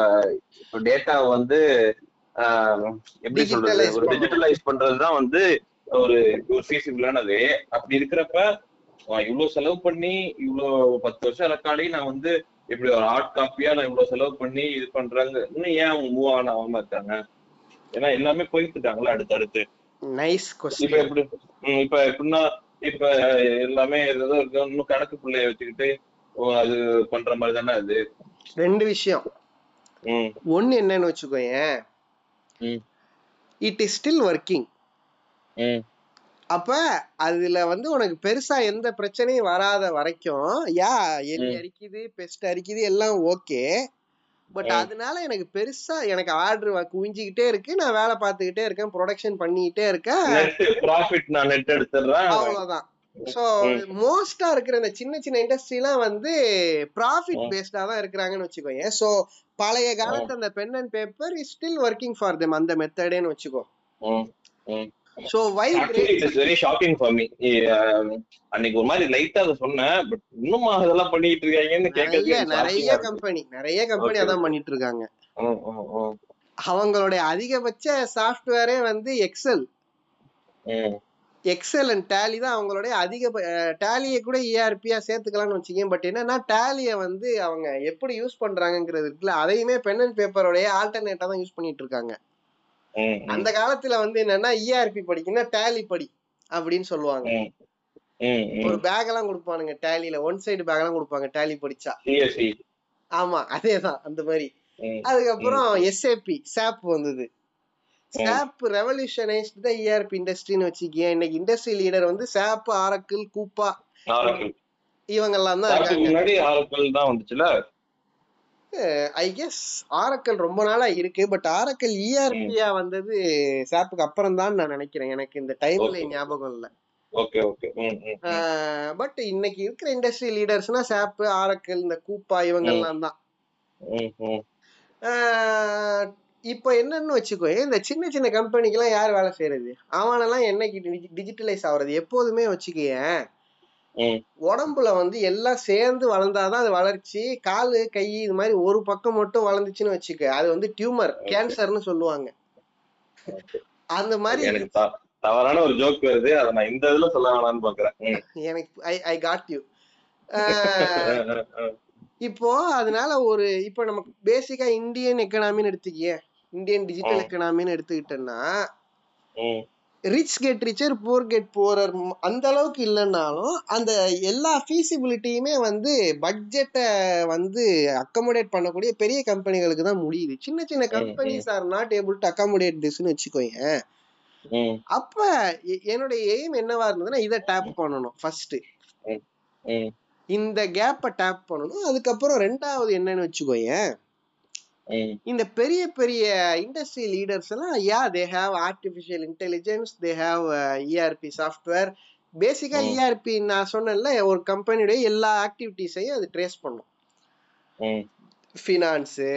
இப்ப டேட்டா வந்து எப்படி சொல்றது ஒரு டிஜிட்டலைஸ் பண்றதுதான் வந்து ஒரு ஒரு ஃபீஸிபிளானது அப்படி இருக்கிறப்ப இவ்வளவு செலவு பண்ணி இவ்வளவு பத்து வருஷம் ரெக்கார்டி நான் வந்து இப்படி ஒரு ஹார்ட் காப்பியா நான் இவ்வளவு செலவு பண்ணி இது பண்றாங்க இன்னும் ஏன் அவங்க மூவ் ஆன் ஆகாம இருக்காங்க ஏன்னா எல்லாமே போயிட்டு இருக்காங்களா அடுத்து அடுத்து நைஸ் இப்ப எப்படி இப்ப எப்படின்னா இப்ப எல்லாமே ஏதோ இருக்கு இன்னும் கணக்கு பிள்ளைய வச்சுக்கிட்டு அது பண்ற மாதிரி தானே அது ரெண்டு விஷயம் ஒண்ணு என்னன்னு வச்சுக்கோயேன் இட் இஸ் ஸ்டில் ஒர்க்கிங் அப்ப அதுல வந்து உனக்கு பெருசா எந்த பிரச்சனையும் வராத வரைக்கும் யா எலி அரிக்குது பெஸ்ட் அரிக்குது எல்லாம் ஓகே பட் அதனால எனக்கு பெருசா எனக்கு ஆர்டர் குவிஞ்சிக்கிட்டே இருக்கு நான் வேலை பார்த்துக்கிட்டே இருக்கேன் ப்ரொடக்ஷன் பண்ணிக்கிட்டே இருக்கேன் ப்ராஃபிட் நான் நெட் எடுத்துறேன் அவ்வளவுதான் ஸோ மோஸ்டா இருக்கிற இந்த சின்ன சின்ன இண்டஸ்ட்ரிலாம் வந்து ப்ராஃபிட் பேஸ்டா தான் இருக்கிறாங்கன்னு வச்சுக்கோங்க ஸோ பழைய காலத்து அந்த pen and paper is still working for them அந்த மெத்தடேன்னு வச்சுக்கோ so why it is very shocking for me அன்னைக்கு ஒரு மாதிரி லைட்டா அத சொன்னேன் பட் இன்னும் அதெல்லாம் பண்ணிட்டு இருக்காங்கன்னு கேட்கறதுக்கு நிறைய கம்பெனி நிறைய கம்பெனி அதான் பண்ணிட்டு இருக்காங்க அவங்களுடைய அதிகபட்ச சாஃப்ட்வேரே வந்து எக்ஸல் எக்ஸல் அண்ட் டேலி தான் அவங்களுடைய அதிக டேலியை கூட E ஏஆர்பியா சேர்த்துக்கலாம்னு வச்சுக்கேன் பட் என்னன்னா டேலியை வந்து அவங்க எப்படி யூஸ் பண்றாங்கிறது இருக்குல்ல அதையுமே பென் அண்ட் பேப்பரோடைய ஆல்டர்னேட்டா தான் யூஸ் பண்ணிட்டு இருக்காங்க அந்த காலத்துல வந்து என்னன்னா E இஆர்பி படிக்கணும்னா டேலி படி அப்படின்னு சொல்லுவாங்க ஒரு பேக் எல்லாம் கொடுப்பானுங்க டேலில ஒன் சைடு பேக் எல்லாம் கொடுப்பாங்க டேலி படிச்சா E. ஆமா அதேதான் அந்த மாதிரி *laughs* அதுக்கப்புறம் எஸ்ஏபி சாப் வந்தது சாப் ரெவல்யூஷனைஸ்ட் த இஆர்பி இண்டஸ்ட்ரின்னு வச்சுக்கிய இன்னைக்கு இண்டஸ்ட்ரி லீடர் வந்து சாப் ஆரக்கிள் கூப்பா இவங்க எல்லாம் தான் இருக்காங்க முன்னாடி ஆரக்கிள் தான் வந்துச்சுல ஐ கெஸ் ஆரக்கல் ரொம்ப நாளா இருக்கு E பட் ஆரக்கல் இஆர்பியா வந்தது சாப்புக்கு அப்புறம் தான் நான் நினைக்கிறேன் எனக்கு இந்த டைம்ல ஞாபகம் இல்ல ஓகே ஓகே பட் இன்னைக்கு இருக்கிற இண்டஸ்ட்ரி லீடர்ஸ்னா சாப் ஆரக்கல் இந்த கூப்பா இவங்க எல்லாம் தான் இப்போ என்னன்னு வச்சுக்கோ இந்த சின்ன சின்ன கம்பெனிக்கெல்லாம் யார் வேலை செய்யறது அவனெல்லாம் என்னைக்கு டிஜிட்டலைஸ் ஆகுறது எப்போதுமே வச்சுக்கேன் உடம்புல வந்து எல்லாம் சேர்ந்து வளர்ந்தாதான் அது வளர்ச்சி காலு கை இது மாதிரி ஒரு பக்கம் மட்டும் வளர்ந்துச்சுன்னு வச்சுக்க அது வந்து டியூமர் கேன்சர்னு சொல்லுவாங்க அந்த மாதிரி தவறான ஒரு ஜோக் வருது அத நான் இந்த இதுல சொல்ல வேணாம்னு பாக்குறேன் எனக்கு ஐ ஐ காட் யூ இப்போ அதனால ஒரு இப்போ நமக்கு பேசிக்கா இந்தியன் எக்கனாமின்னு எடுத்துக்கியே இந்தியன் டிஜிட்டல் எக்கனாமின்னு எடுத்துக்கிட்டோம்னா rich get richer poor get poorer அந்த அளவுக்கு இல்லைன்னாலும் அந்த எல்லா ஃபீசிபிலிட்டியுமே வந்து பட்ஜெட்டை வந்து அக்கமோடேட் பண்ணக்கூடிய பெரிய கம்பெனிகளுக்கு தான் முடியுது சின்ன சின்ன companies are not able to accommodate திஸ்னு வச்சுக்கோங்க அப்ப என்னுடைய எய்ம் என்னவா இருந்ததுன்னா இதை டேப் பண்ணணும் ஃபர்ஸ்ட் இந்த கேப்பை டேப் பண்ணணும் அதுக்கப்புறம் ரெண்டாவது என்னன்னு வச்சுக்கோயேன் இந்த பெரிய பெரிய இண்டஸ்ட்ரி லீடர்ஸ் எல்லாம் yeah they have artificial intelligence they have ERP software பேசிக்கா இஆர்பி E நான் சொன்னேன்ல ஒரு கம்பெனியுடைய எல்லா ஆக்டிவிட்டிஸையும் அது ட்ரேஸ் பண்ணும் ஃபினான்ஸு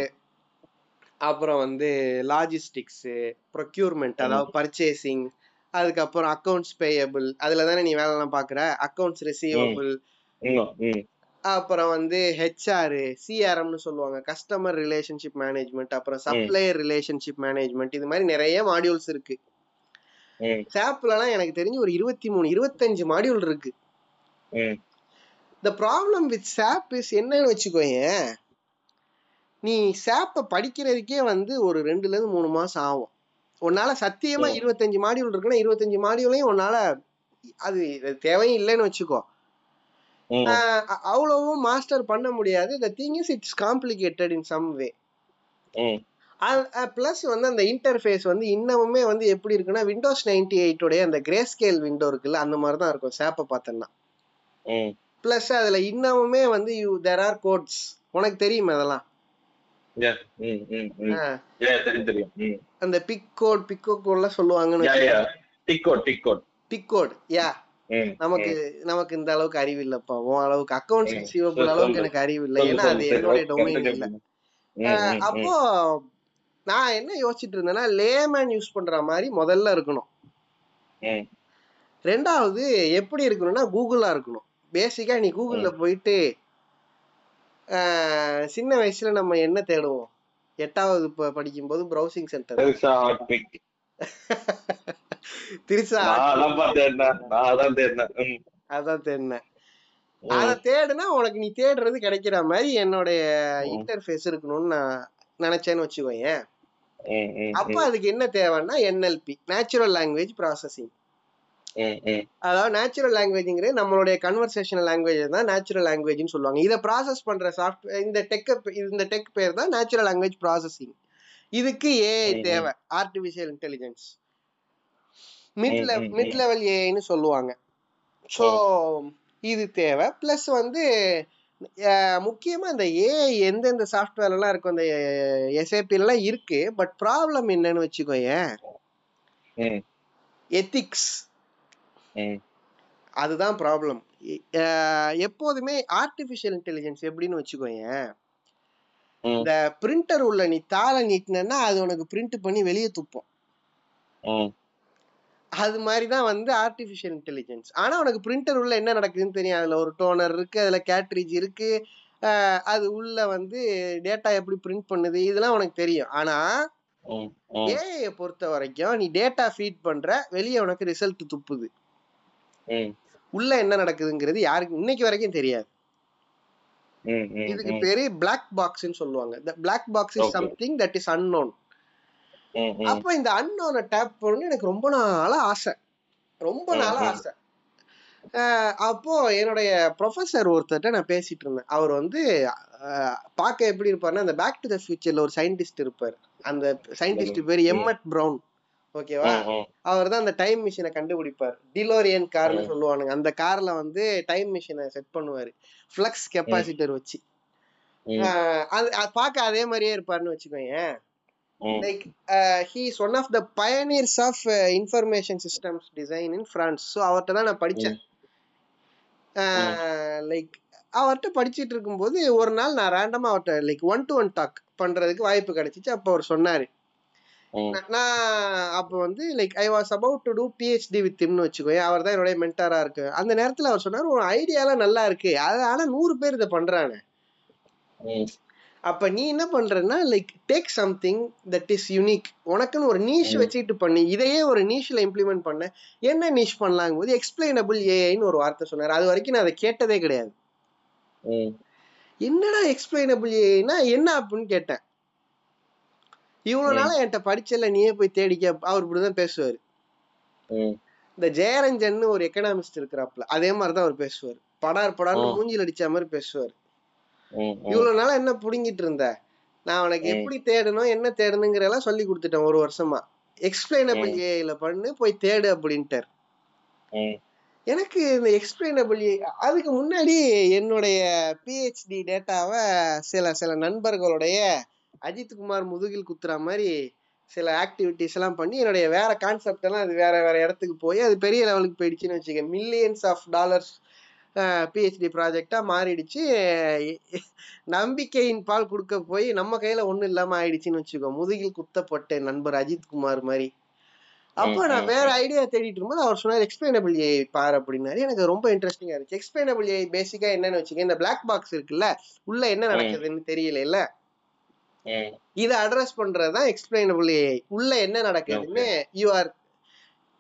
அப்புறம் வந்து லாஜிஸ்டிக்ஸு ப்ரொக்யூர்மெண்ட் அதாவது பர்ச்சேசிங் அதுக்கப்புறம் அக்கௌண்ட்ஸ் பேயபிள் அதில் தானே நீ வேலைலாம் பார்க்குற அக்கௌண்ட்ஸ் ரிசீவபிள் Mm, அப்புறம் வந்து ஹெச்ஆர் சிஆர்எம்னு சொல்லுவாங்க கஸ்டமர் ரிலேஷன்ஷிப் மேனேஜ்மெண்ட் அப்புறம் சப்ளையர் ரிலேஷன்ஷிப் மேனேஜ்மெண்ட் இது மாதிரி நிறைய மாடியூல்ஸ் இருக்கு mm, சாப்லலாம் எனக்கு தெரிஞ்சு ஒரு இருபத்தி மூணு இருபத்தஞ்சு மாடியூல் இருக்கு mm, the problem with SAP is என்னன்னு வச்சுக்கோங்க நீ சாப்பை படிக்கிறதுக்கே வந்து ஒரு ரெண்டுல இருந்து மூணு மாசம் ஆகும் உன்னால சத்தியமா இருபத்தஞ்சு மாடியூல் இருக்குன்னா இருபத்தஞ்சு மாடியூலையும் உன்னால அது தேவையும் இல்லைன்னு வச்சுக்கோ mm, Ah. அவ்வளவும் மாஸ்டர் பண்ண முடியாது the thing is it's complicated in some way mm, plus வந்து அந்த இன்டர்ஃபேஸ் வந்து இன்னமுமே வந்து எப்படி இருக்குன்னா விண்டோஸ் நைன்டி எயிட்டோடைய அந்த கிரே ஸ்கேல் விண்டோ இருக்குல்ல அந்த மாதிரி தான் இருக்கும் சேப்பை பார்த்தோன்னா mm. ப்ளஸ் அதில் இன்னமுமே வந்து யூ தேர் ஆர் கோட்ஸ் உனக்கு தெரியும் அதெல்லாம் mm, Ah. அந்த பிக் கோட் பிக்கோ கோட்லாம் சொல்லுவாங்கன்னு டிக் கோட் டிக் கோட் டிக்கோட் யா ம், நமக்கு நமக்கு இந்த அளவுக்கு அறிவு இல்லப்பா உன் அளவுக்கு அக்கௌண்ட்ஸ் ம். ரிசீவபிள் சொல்லு, அளவுக்கு சொல்லு. எனக்கு அறிவு இல்லை சொல்லு, ஏன்னா அது சொல்லு, என்னுடைய சரி, டொமைன் continue இல்லை பண்ணு. Ah, ம், ம், ம். அப்போ நான் என்ன யோசிச்சுட்டு இருந்தேன்னா லேமேன் யூஸ் பண்ற மாதிரி முதல்ல இருக்கணும் ம். ரெண்டாவது எப்படி இருக்கணும்னா கூகுளா இருக்கணும் பேசிக்கா நீ கூகுள்ல போயிட்டு ஆஹ், சின்ன வயசுல நம்ம என்ன தேடுவோம் எட்டாவது ப- படிக்கும்போது ப்ரௌசிங் சென்டர் பெருசா hot pic. திருச்சா நான் அதான்ப்பா தேடினேன். நான் அதான் தேடினேன். ம், அதான் தேடினேன் அதை ம், தேடுனா உனக்கு நீ தேடுறது கிடைக்கிற மாதிரி என்னுடைய ம், இன்டர்ஃபேஸ் இருக்கணும்னு நான் நினைச்சேன்னு வச்சுக்கோயேன் ம், ம், அப்ப ம், அதுக்கு என்ன தேவைன்னா NLP நேச்சுரல் லாங்குவேஜ் ப்ராசஸிங் ம், ம். அதாவது நேச்சுரல் லாங்குவேஜ்ங்கிறது நம்மளுடைய கன்வர்சேஷனல் லாங்குவேஜ் தான் நேச்சுரல் லாங்குவேஜ்னு சொல்லுவாங்க இதை ப்ராசஸ் பண்ற சாஃப்ட்வேர் இந்த டெக் இந்த டெக் பேர் தான் நேச்சுரல் லாங்குவேஜ் ப்ராசஸிங் இதுக்கு ஏஐ ம், ம், தேவை ஆர்டிஃபிஷியல் இன்டெலிஜென்ஸ் மிட் ம், ம், மிட் ம், லெவல் ஏஐன்னு சொல்லுவாங்க ஸோ ம். இது தேவை ப்ளஸ் வந்து அஹ், முக்கியமா இந்த ஏஐ எந்தெந்த சாஃப்ட்வேர் எல்லாம் இருக்கும் அந்த SAP ல எல்லாம் இருக்கு பட் ப்ராப்ளம் என்னன்னு வச்சுக்கோயேன் ம், எத்திக்ஸ் ம், அதுதான் ப்ராப்ளம் எப்போதுமே ஆர்டிஃபிஷியல் இன்டெலிஜென்ஸ் எப்படின்னு வச்சுக்கோயேன் ம், mm, இந்த பிரிண்டர் உள்ள நீ தாளை நீட்டினா அது உனக்கு பிரிண்ட் பண்ணி வெளியே துப்போம் ம். அது மாதிரி தான் வந்து ஆர்டிஃபிஷியல் இன்டெலிஜென்ஸ் ஆனா உனக்கு பிரிண்டர் உள்ள என்ன நடக்குதுன்னு தெரியும் அதுல ஒரு டோனர் இருக்கு அதுல கேட்ரிஜ் இருக்கு அஹ் அது உள்ள வந்து டேட்டா எப்படி பிரிண்ட் பண்ணுது இதெல்லாம் உனக்கு தெரியும் ஆனா ம், ம், ஏஐயை பொறுத்த வரைக்கும் நீ டேட்டா ஃபீட் பண்ற வெளியே உனக்கு ரிசல்ட் துப்புது ம், உள்ள என்ன நடக்குதுங்கிறது யாருக்கு இன்னைக்கு வரைக்கும் தெரியாது ம், ம், இதுக்கு ம். பேரு பிளாக் பாக்ஸ்னு சொல்லுவாங்க the black box is Okay. something that is unknown ம், ம், அப்ப இந்த unknown-அ டேப் பண்ணணும்னு எனக்கு ரொம்ப நாளா ஆசை ரொம்ப ம், நாளா ம், ஆசை அஹ் அப்போ என்னுடைய ப்ரொஃபஸர் ஒருத்தர்ட்ட நான் பேசிட்டு இருந்தேன் அவர் வந்து அஹ், பார்க்க எப்படி இருப்பாருன்னா அந்த பேக் டு த ஃபியூச்சர்ல ஒரு சயின்டிஸ்ட் இருப்பார் அந்த சயின்டிஸ்ட் ம், பேர் ம், எம்எட் பிரவுன் ஓகேவா ம், ம், அவர் தான் அந்த டைம் மிஷினை கண்டுபிடிப்பார் டிலோரியன் கார்னு ம், சொல்லுவானுங்க அந்த கார்ல வந்து டைம் மிஷினை செட் பண்ணுவாரு ஃப்ளக்ஸ் ம், கெப்பாசிட்டர் வச்சு ம், ஆஹ் அது அது பார்க்க அதே மாதிரியே இருப்பாருன்னு வச்சுக்கோயேன் ம். Like he is one of the pioneers of information systems design in France so அவர்கிட்ட தான் நான் படித்தேன் ம், ம், லைக் அவர்கிட்ட படிச்சிட்டு இருக்கும்போது ஒரு நாள் நான் ரேண்டமாக அவர்கிட்ட like one to one talk பண்ணுறதுக்கு வாய்ப்பு கிடைச்சிச்சு அப்போ அவர் சொன்னார் ம், நான் அப்போ வந்து like I was about to do PhD with திம்னு வச்சுக்கோயேன் அவர் தான் என்னுடைய மென்டாராக இருக்கு அந்த நேரத்தில் அவர் சொன்னார் ஒரு ஐடியாலாம் நல்லா இருக்கு அது ஆனால் நூறு பேர் இதை பண்ணுறாங்க ம், அப்ப நீ என்ன பண்றன்னா like take something that is unique உனக்குன்னு ஒரு நீஷ் ம், வச்சுக்கிட்டு பண்ணி இதையே ஒரு நீஷ்ல இம்ப்ளிமெண்ட் பண்ண என்ன நீஷ் பண்ணலாங்கும் போது எக்ஸ்பிளைனபிள் ஏஐன்னு ஒரு வார்த்தை சொன்னார் அது வரைக்கும் நான் அதை கேட்டதே கிடையாது ம், என்னடா எக்ஸ்பிளைனபிள் ஏஐனா என்ன அப்படின்னு கேட்டேன் இவ்வளோ ம், நாளா என்கிட்ட படிச்சல நீயே போய் தேடிக்க அவர் இப்படிதான் பேசுவார் ம், இந்த ஜெயரஞ்சன் ஒரு எக்கனாமிஸ்ட் இருக்கிறாப்ல அதே மாதிரி தான் அவர் பேசுவார் படார் படார்னு ம், மூஞ்சில் அடிச்ச மாதிரி பேசுவார் ம், ம், இவ்வளோ நாளா என்ன புடுங்கிட்டு இருந்த நான் உனக்கு ம், எப்படி தேடணும் என்ன தேடணுங்கிறதெல்லாம் சொல்லி கொடுத்துட்டேன் ஒரு வருஷமா எக்ஸ்பிளைனபிள் ம், ஏஐல பண்ணு போய் தேடு அப்படின்ட்டார் ம். எனக்கு இந்த எக்ஸ்பிளைனபிள் அதுக்கு முன்னாடி என்னுடைய பிஹெச்டி டேட்டாவை சில சில நண்பர்களுடைய அஜித் குமார் முதுகில் குத்துற மாதிரி சில ஆக்டிவிட்டிஸ் எல்லாம் பண்ணி என்னுடைய வேற கான்செப்ட் எல்லாம் அது வேற வேற இடத்துக்கு போய் அது பெரிய லெவலுக்கு போயிடுச்சுன்னு வச்சுக்க மில்லியன்ஸ் ஆஃப் டாலர்ஸ் பிஹெச்டி ப்ராஜெக்டா மாறிடுச்சு நம்பிக்கையின் பால் கொடுக்க போய் நம்ம கையில ஒண்ணும் இல்லாம ஆயிடுச்சுன்னு வச்சுக்கோ முதுகில் குத்தப்பட்ட நண்பர் அஜித் குமார் மாதிரி ம், அப்போ நான் ம், வேற ம். ஐடியா தேடிட்டு இருக்கும்போது அவர் சொன்னார் எக்ஸ்பிளைனபிள் ஏ பார் அப்படின்னாரு எனக்கு ரொம்ப இன்ட்ரெஸ்டிங்கா இருந்துச்சு எக்ஸ்பிளைனபிள் ஏ பேசிக்கா என்னன்னு வச்சுக்க இந்த பிளாக் பாக்ஸ் இருக்குல்ல உள்ள என்ன ம், நடக்குதுன்னு தெரியல ம். இதை அட்ரஸ் பண்றதுதான் எக்ஸ்பிளைனபிள் ஏஐ உள்ள என்ன நடக்குதுன்னு Okay. யூ ஆர்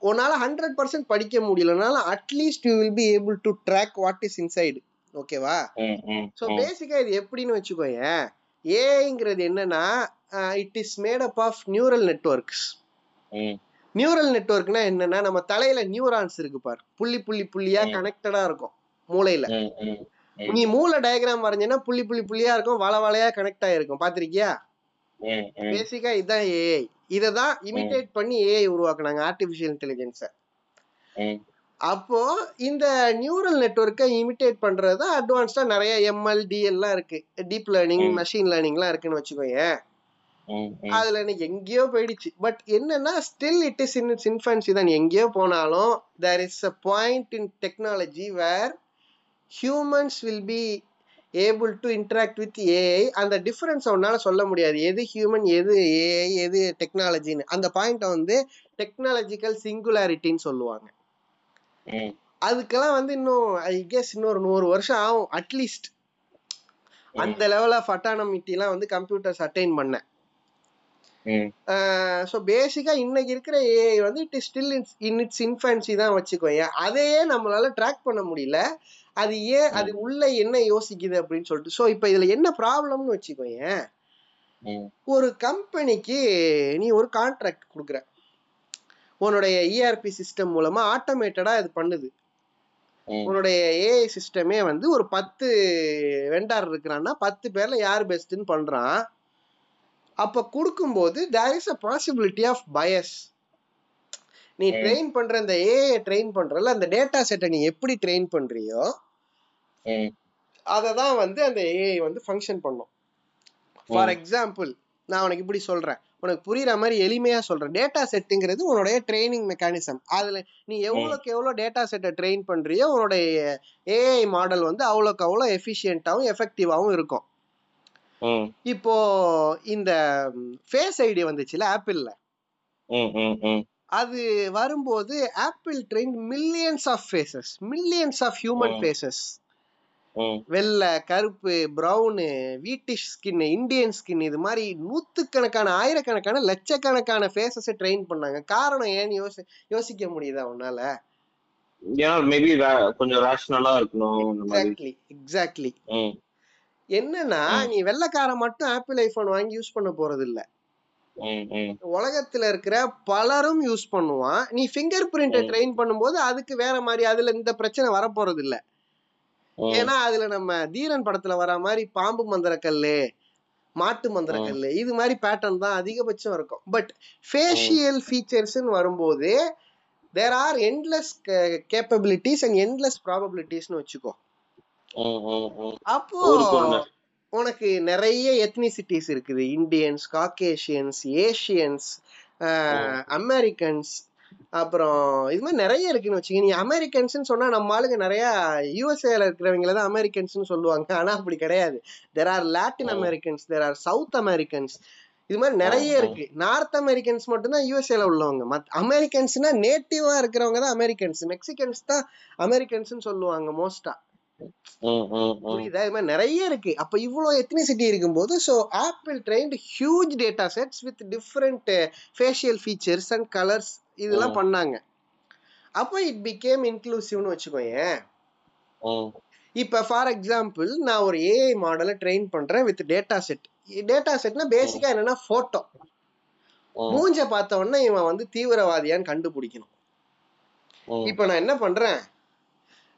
உன்னால ஹண்ட்ரட் பர்சன்ட் படிக்க முடியலனாலும் at least you will be able to track what is inside ஓகேவா ம், ம், ஸோ ம், பேசிக்கா இது எப்படின்னு வச்சுக்கோயேன் ஏஐங்கிறது என்னன்னா uh, it is made up of neural networks ம், நியூரல் நெட்ஒர்க்னா என்னன்னா நம்ம தலையில நியூரான்ஸ் இருக்கு பார் புள்ளி புள்ளி புள்ளியா ம், கனெக்டடா இருக்கும் மூளையில ம், ம், ம், நீ மூளை டயக்ராம் வரைஞ்சேன்னா புள்ளி புள்ளி புள்ளியா இருக்கும் வள வளையா கனெக்ட் ஆயிருக்கும் பாத்திருக்கியா ம், ம், பேசிக்கா இதுதான் ஏஐ இதை தான் ம், இமிட்டேட் பண்ணி ஏஐ உருவாக்குனாங்க ஆர்டிஃபிஷியல் இன்டெலிஜென்ஸை ம். அப்போ இந்த நியூரல் நெட்ஒர்க்கை இமிட்டேட் பண்றது தான் அட்வான்ஸ்டா நிறைய எம்எல்டி எல்லாம் இருக்கு டீப் லேர்னிங் ம், மெஷின் லேர்னிங்லாம் இருக்குன்னு வச்சுக்கோங்க அதுல எனக்கு எங்கேயோ போயிடுச்சு பட் என்னன்னா still it is in its infancy தான் நீ எங்கேயோ போனாலும் there is a point in technology where humans will be able to interact with AI அந்த டிஃப்ரென்ஸ் அவனால சொல்ல முடியாது எது ஹியூமன் எது ஏஐ எது டெக்னாலஜின்னு அந்த பாயிண்ட்டை வந்து டெக்னாலஜிக்கல் சிங்குலாரிட்டின்னு சொல்லுவாங்க அதுக்கெல்லாம் வந்து இன்னும் ஐ கெஸ் இன்னொரு நூறு வருஷம் ஆகும் அட்லீஸ்ட் அந்த லெவல் ஆஃப் அட்டானமிட்டிலாம் வந்து கம்ப்யூட்டர்ஸ் அட்டைன் பண்ண ஸோ பேசிக்காக இன்னைக்கு இருக்கிற ஏஐ வந்து இட் இஸ் ஸ்டில் இன்ஸ் இன் இட்ஸ் இன்ஃபென்சி தான் வச்சுக்கோங்க அதையே நம்மளால ட்ராக் பண்ண முடியல அது ஏன் அது உள்ள என்ன யோசிக்குது அப்படின்னு சொல்லிட்டு ஸோ இப்போ இதில் என்ன ப்ராப்ளம்னு வச்சுக்கோங்க ஒரு கம்பெனிக்கு நீ ஒரு கான்ட்ராக்ட் கொடுக்குற உன்னுடைய E இஆர்பி சிஸ்டம் மூலமா ஆட்டோமேட்டடா இது பண்ணுது உன்னுடைய ஏஐ சிஸ்டமே வந்து ஒரு பத்து வெண்டார் இருக்கிறான்னா பத்து பேர்ல யார் பெஸ்ட்னு பண்றான் அப்ப கொடுக்கும்போது there is a possibility of bias நீ ட்ரெயின் பண்ற அந்த ஏஐ ட்ரெயின் பண்றல அந்த டேட்டா செட்டை நீ எப்படி ட்ரெயின் பண்றியோ அதை தான் வந்து அந்த ஏஐ வந்து ஃபங்க்ஷன் பண்ணும் ஃபார் எக்ஸாம்பிள் நான் உனக்கு இப்படி சொல்றேன் உனக்கு புரியுற மாதிரி எளிமையா சொல்றேன் டேட்டா செட்டுங்கிறது உன்னோட ட்ரைனிங் மெக்கானிசம் அதுல நீ எவ்வளோக்கு எவ்வளோ டேட்டா செட்டை ட்ரெயின் பண்றியோ உன்னோட ஏஐ மாடல் வந்து அவ்வளோக்கு அவ்வளோ எஃபிஷியன்ட்டாகவும் எஃபெக்டிவாகவும் இருக்கும் இப்போ இந்த ஃபேஸ் ஐடி வந்துச்சுல ஆப்பிள்ல அது வரும்போது Apple train millions of faces millions of human faces வெள்ளை கருப்பு brown whitish skin Indian skin இது மாதிரி நூற்றுக்கணக்கான ஆயிரக்கணக்கான லட்சக்கணக்கான ஃபேஸஸை ட்ரெயின் பண்ணாங்க காரணம் ஏன்னு யோசி யோசிக்க முடியுதா உன்னால மேபி கொஞ்சம் ரேஷனலா இருக்கணும் எக்ஸாக்ட்லி எக்ஸாக்ட்லி என்னன்னா நீ வெள்ளைக்காரன் மட்டும் ஆப்பிள் ஐபோன் வாங்கி யூஸ் பண்ண போறது இல்ல உலகத்துல இருக்கிற பலரும் யூஸ் பண்ணுவான் நீ ஃபிங்கர் பிரிண்ட ட்ரெயின் பண்ணும்போது அதுக்கு வேற மாதிரி அதுல இந்த பிரச்சனை வரப்போறது இல்ல ஏன்னா அதுல நம்ம தீரன் படத்துல வர மாதிரி பாம்பு மந்திரக்கல்லு மாட்டு மந்திரக்கல்லு இது மாதிரி பேட்டர்ன் தான் அதிகபட்சம் இருக்கும் பட் ஃபேஷியல் ஃபீச்சர்ஸ்ன்னு வரும்போது there are endless capabilities and endless ப்ராபபிலிட்டிஸ்னு வச்சுக்கோ அப்போ உனக்கு நிறைய எத்னிசிட்டிஸ் இருக்குது இந்தியன்ஸ் காக்கேஷியன்ஸ் ஏஷியன்ஸ் அமெரிக்கன்ஸ் அப்புறம் இது மாதிரி நிறைய இருக்குன்னு வச்சுக்க நீ அமெரிக்கன்ஸ்னு சொன்னா நம்ம ஆளுங்க நிறைய யூஎஸ்ஏல இருக்கிறவங்கள தான் அமெரிக்கன்ஸ்னு சொல்லுவாங்க ஆனா அப்படி கிடையாது there are Latin Americans there are South Americans இது மாதிரி நிறைய இருக்கு நார்த் அமெரிக்கன்ஸ் மட்டும்தான் யூஎஸ்ஏல உள்ளவங்க மத் அமெரிக்கன்ஸ்னா நேட்டிவா இருக்கிறவங்க தான் அமெரிக்கன்ஸ் மெக்சிகன்ஸ் தான் அமெரிக்கன்ஸ்னு சொல்லுவாங்க மோஸ்டா புரியுதா இது மாதிரி நிறைய இருக்கு அப்ப இவ்வளவு எத்னிசிட்டி இருக்கும்போது so Apple trained huge data sets with different facial features and colours இதெல்லாம் பண்ணாங்க அப்போ இட் பிகேம் இன்க்ளூசிவ்னு வச்சுக்கோயேன் இப்போ ஃபார் எக்ஸாம்பிள் நான் ஒரு ஏஐ மாடலை ட்ரெயின் பண்றேன் வித் டேட்டா செட் டேட்டா செட்னா பேசிக்கா என்னன்னா போட்டோ மூஞ்ச பார்த்தவொடனே இவன் வந்து தீவிரவாதியான்னு கண்டுபிடிக்கணும் இப்போ நான் என்ன பண்றேன்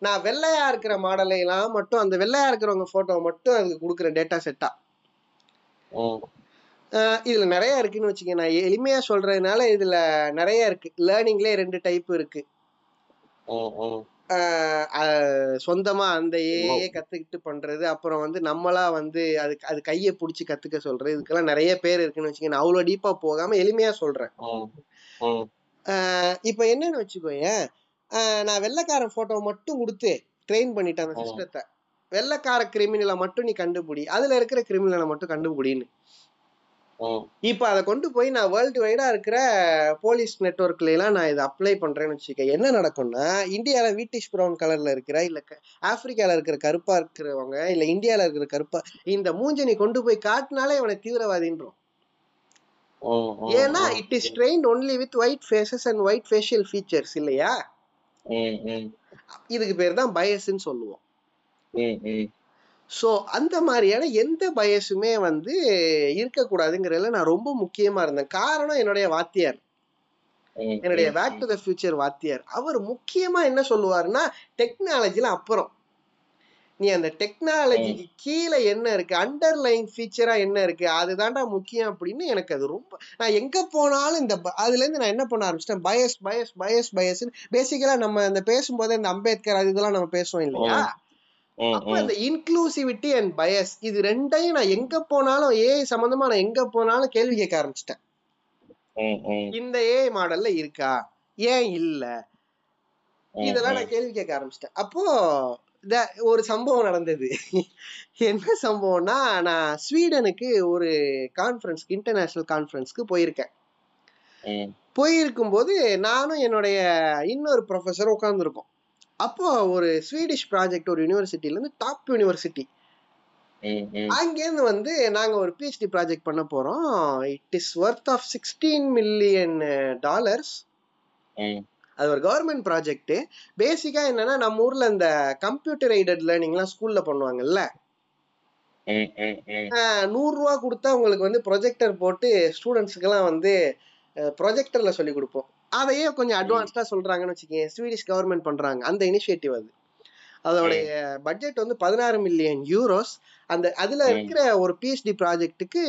நான் வெள்ளையா இருக்கிற மாடலை எல்லாம் மட்டும் அந்த வெள்ளையா இருக்கிறவங்க போட்டோவை மட்டும் அதுக்கு கொடுக்குற டேட்டா செட்டா இதுல நிறைய இருக்குன்னு வச்சுக்க நான் எளிமையா சொல்றதுனால இதுல நிறைய இருக்கு லேர்னிங்லேயே ரெண்டு டைப் இருக்கு சொந்தமா அந்த ஏஏ கத்துக்கிட்டு பண்றது அப்புறம் வந்து நம்மளா வந்து அது அது கையை பிடிச்சி கத்துக்க சொல்றது இதுக்கெல்லாம் நிறைய பேர் இருக்குன்னு வச்சுக்க நான் அவ்வளோ டீப்பா போகாம எளிமையா சொல்றேன் இப்போ என்னன்னு வச்சுக்கோயேன் நான் வெள்ளக்காரன் ஃபோட்டோவை மட்டும் கொடுத்து ட்ரெயின் பண்ணிட்டேன் அந்த சிஸ்டத்தை வெள்ளக்கார கிரிமினலை மட்டும் நீ கண்டுபிடி அதுல இருக்கிற கிரிமினலை மட்டும் கண்டுபிடின்னு இப்போ அதை கொண்டு போய் நான் வேர்ல்டு வைடா இருக்கிற போலீஸ் நெட்ஒர்க்ல எல்லாம் நான் இதை அப்ளை பண்றேன்னு வச்சுக்க என்ன நடக்கும்னா இந்தியாவில் வீட்டிஷ் ப்ரௌன் கலர்ல இருக்கிற இல்ல ஆப்பிரிக்கால இருக்கிற கருப்பா இருக்கிறவங்க இல்ல இந்தியால இருக்கிற கருப்பா இந்த மூஞ்சனை கொண்டு போய் காட்டினாலே இவனை தீவிரவாதின்றோம் ஏன்னா it is train only with white faces and white facial features இல்லையா இதுக்கு பேர் தான் பயஸ்ன்னு சொல்லுவோம் ஸோ அந்த மாதிரியான எந்த பயசுமே வந்து இருக்கக்கூடாதுங்கிறதுல நான் ரொம்ப முக்கியமா இருந்தேன் காரணம் என்னுடைய வாத்தியார் என்னுடைய பேக் டு த ஃபியூச்சர் வாத்தியார் அவர் முக்கியமா என்ன சொல்லுவாருன்னா டெக்னாலஜில அப்புறம் நீ அந்த டெக்னாலஜிக்கு கீழே என்ன இருக்கு அண்டர்லைன் ஃபீச்சரா என்ன இருக்கு அதுதான்டா முக்கியம் அப்படின்னு எனக்கு அது ரொம்ப நான் எங்க போனாலும் இந்த அதுல இருந்து நான் என்ன பண்ண ஆரம்பிச்சிட்டேன் பயஸ் பயஸ் பயஸ் பயஸ்ன்னு பேசிக்கலா நம்ம இந்த பேசும்போது இந்த அம்பேத்கர் அது இதெல்லாம் நம்ம பேசுவோம் இல்லையா அப்ப இந்த இன்க்ளூசிவிட்டி அண்ட் பயஸ் இது ரெண்டையும் நான் எங்க போனாலும் ஏஐ சம்பந்தமா நான் எங்க போனாலும் கேள்வி கேட்க ஆரம்பிச்சிட்டேன் இந்த ஏஐ மாடல்ல இருக்கா ஏன் இல்ல இதெல்லாம் நான் கேள்வி கேட்க ஆரம்பிச்சிட்டேன் அப்போ த- ஒரு சம்பவம் நடந்தது என்ன சம்பவம்னா நான் ஸ்வீடனுக்கு ஒரு கான்ஃபரன்ஸ்க்கு இன்டர்நேஷனல் கான்ஃபரன்ஸ்க்கு போயிருக்கேன் போயிருக்கும்போது நானும் என்னுடைய இன்னொரு ப்ரொஃபஸர் உட்காந்துருக்கோம் அப்போ ஒரு ஸ்வீடிஷ் ப்ராஜெக்ட் ஒரு யூனிவர்சிட்டில இருந்து டாப் யூனிவர்சிட்டி அங்கேருந்து வந்து நாங்க ஒரு பிஹெச்டி ப்ராஜெக்ட் பண்ண போறோம் it is worth of sixteen million dollars அது ஒரு கவர்மெண்ட் ப்ராஜெக்ட் பேசிக்கா என்னன்னா நம்ம ஊர்ல இந்த கம்ப்யூட்டர் எய்டட் லேர்னிங்லாம் ஸ்கூல்ல பண்ணுவாங்கல்ல அஹ் நூறு ரூபா கொடுத்தா உங்களுக்கு வந்து ப்ரொஜெக்டர் போட்டு ஸ்டூடெண்ட்ஸுக்கெல்லாம் வந்து ப்ரொஜெக்டர்ல சொல்லி கொடுப்போம் அதையே கொஞ்சம் அட்வான்ஸ்டா சொல்றாங்கன்னு வச்சுக்கோங்க ஸ்வீடிஷ் கவர்மெண்ட் பண்றாங்க அந்த இனிஷியேட்டிவ் அது அதோடைய பட்ஜெட் வந்து பதினாறு மில்லியன் யூரோஸ் அந்த அதுல ம். இருக்கிற ஒரு பிஹெச்டி ப்ராஜெக்ட்டுக்கு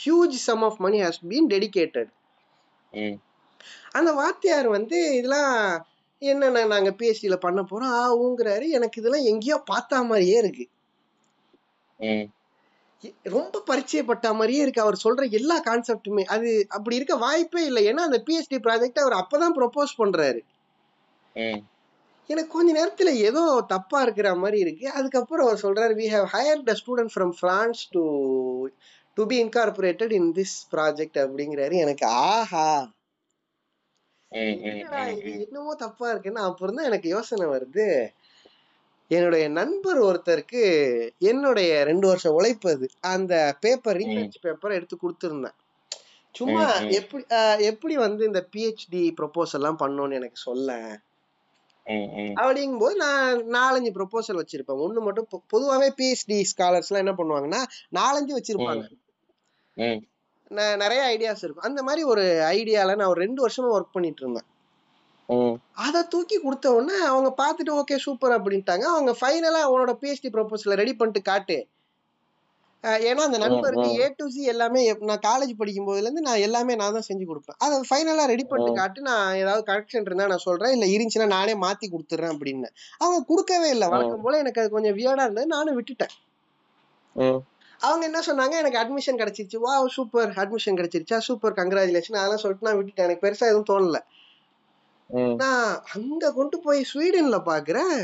huge sum of money has been dedicated அந்த வாத்தியார் வந்து இதெல்லாம் என்னென்ன நாங்க பிஹெச்டியில பண்ண போறோம் ஆ ஊங்குறாரு எனக்கு இதெல்லாம் எங்கேயோ பார்த்த மாதிரியே இருக்கு எ- ரொம்ப பரிச்சயப்பட்ட மாதிரியே இருக்கு அவர் சொல்ற எல்லா கான்செப்ட்டுமே அது அப்படி இருக்க வாய்ப்பே இல்லை ஏன்னா அந்த பிஹெச்டி ப்ராஜெக்ட் அவர் அப்பதான் ப்ரொபோஸ் பண்றாரு எனக்கு கொஞ்ச நேரத்துல ஏதோ தப்பா இருக்கிற மாதிரி இருக்கு அதுக்கப்புறம் அவர் சொல்றாரு we have hire the student from France to to be incorporated in this project அப்படிங்கிறாரு எனக்கு ஆஹா என்னடா இது என்னமோ தப்பா இருக்குன்னு அப்புறம் தான் எனக்கு யோசனை வருது என்னுடைய நண்பர் ஒருத்தருக்கு என்னுடைய ரெண்டு வருஷம் உழைப்பு அது அந்த பேப்பர் ரீசர்ச் பேப்பர் எடுத்து கொடுத்துருந்தேன் சும்மா ம், ம். எப்படி அஹ், எப்படி வந்து இந்த பிஹெச்டி ப்ரொபோசல் எல்லாம் பண்ணணும்னு எனக்கு சொல்ல அப்படிங்கும்போது நான் நாலஞ்சு ப்ரொபோசல் வச்சிருப்பேன் ஒண்ணு மட்டும் பொ- பொதுவாவே பிஹெச்டி ஸ்காலர்ஸ் எல்லாம் என்ன பண்ணுவாங்கன்னா நாலஞ்சு வச்சிருப்பாங்க ந- நிறைய ஐடியாஸ் இருக்கும் அந்த மாதிரி ஒரு ஐடியால நான் ஒரு ரெண்டு வருஷமா ஒர்க் பண்ணிட்டு இருந்தேன் அதை தூக்கி கொடுத்த உடனே அவங்க பார்த்துட்டு ஓகே சூப்பர் அப்படின்ட்டாங்க அவங்க ஃபைனலா உன்னோட பிஹெச்டி ப்ரொபோசலை ரெடி பண்ணிட்டு காட்டு அஹ் ஏன்னா அந்த நண்பருக்கு ம். ஏ டு சி எல்லாமே எப்- நான் காலேஜ் படிக்கும் போதுல இருந்து நான் எல்லாமே நான் தான் செஞ்சு கொடுப்பேன் அதை ஃபைனலா ரெடி பண்ணிட்டு காட்டு நான் ஏதாவது கரெக்ஷன் இருந்தா நான் சொல்றேன் இல்ல இருந்துச்சுன்னா நானே மாத்தி கொடுத்துறேன் அப்படின்னு அவங்க கொடுக்கவே இல்லை வழக்கம் போல எனக்கு அது கொஞ்சம் வியர்டா இருந்தது நானும் விட்டுட்டேன் அவங்க என்ன சொன்னாங்க எனக்கு அட்மிஷன் கிடைச்சிருச்சு வா சூப்பர் அட்மிஷன் கிடைச்சிருச்சா சூப்பர் கங்க்ராச்சுலேஷன் அதெல்லாம் சொல்லிட்டு நான் விட்டுட்டேன் எனக்கு பெருசா எதுவும் தோணல நான் அங்க கொண்டு போய் ஸ்வீடன்ல பாக்குறேன்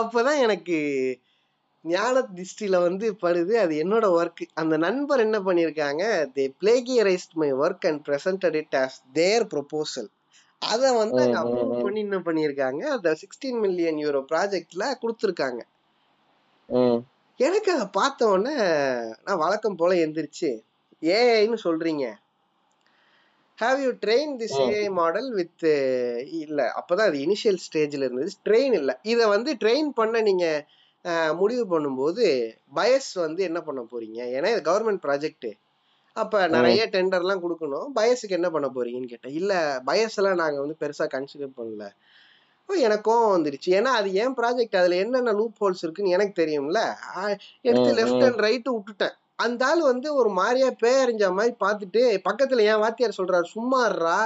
அப்பதான் எனக்கு ஞான திருஷ்டியில வந்து படுது அது என்னோட ஒர்க் அந்த நண்பர் என்ன பண்ணிருக்காங்க they plagiarised my work and presented it as their proposal அதை வந்து ம், அங்க ம், அப்ரூவ் ம். பண்ணி என்ன பண்ணிருக்காங்க அந்த சிக்ஸ்டீன் மில்லியன் யூரோ ப்ராஜெக்ட்ல கொடுத்துருக்காங்க எனக்கு அதை பார்த்த உடனே நான் வழக்கம் போல எந்திரிச்சு ஏஐன்னு சொல்றீங்க ஹாவ் யூ ட்ரெயின் திஸ் ம். ஏஐ மாடல் வித் இல்ல அப்பதான் அது இனிஷியல் ஸ்டேஜ்ல இருந்தது ட்ரெயின் இல்ல இதை வந்து ட்ரெயின் பண்ண நீங்க அஹ், முடிவு பண்ணும்போது பயஸ் வந்து என்ன பண்ண போறீங்க ஏன்னா இது கவர்மெண்ட் ப்ராஜெக்ட் அப்ப நிறைய டெண்டர்லாம் கொடுக்கணும் பயஸுக்கு என்ன பண்ண போறீங்கன்னு கேட்டேன் இல்ல பயஸ் எல்லாம் நாங்க வந்து பெருசா கன்சிடர் பண்ணல ஓ, எனக்கும் வந்துருச்சு ஏன்னா அது ஏன் ப்ராஜெக்ட் அதுல என்னென்ன லூப் ஹோல்ஸ் இருக்குன்னு எனக்கு தெரியும்ல ஆ, எடுத்து ம், லெஃப்ட் ம். அண்ட் ரைட்டு விட்டுட்டேன் அந்த ஆள் வந்து ஒரு மாதிரியா பேரறிஞ்ச மாதிரி பார்த்துட்டு பக்கத்துல என் வாத்தியார் சொல்றாரு சும்மாறா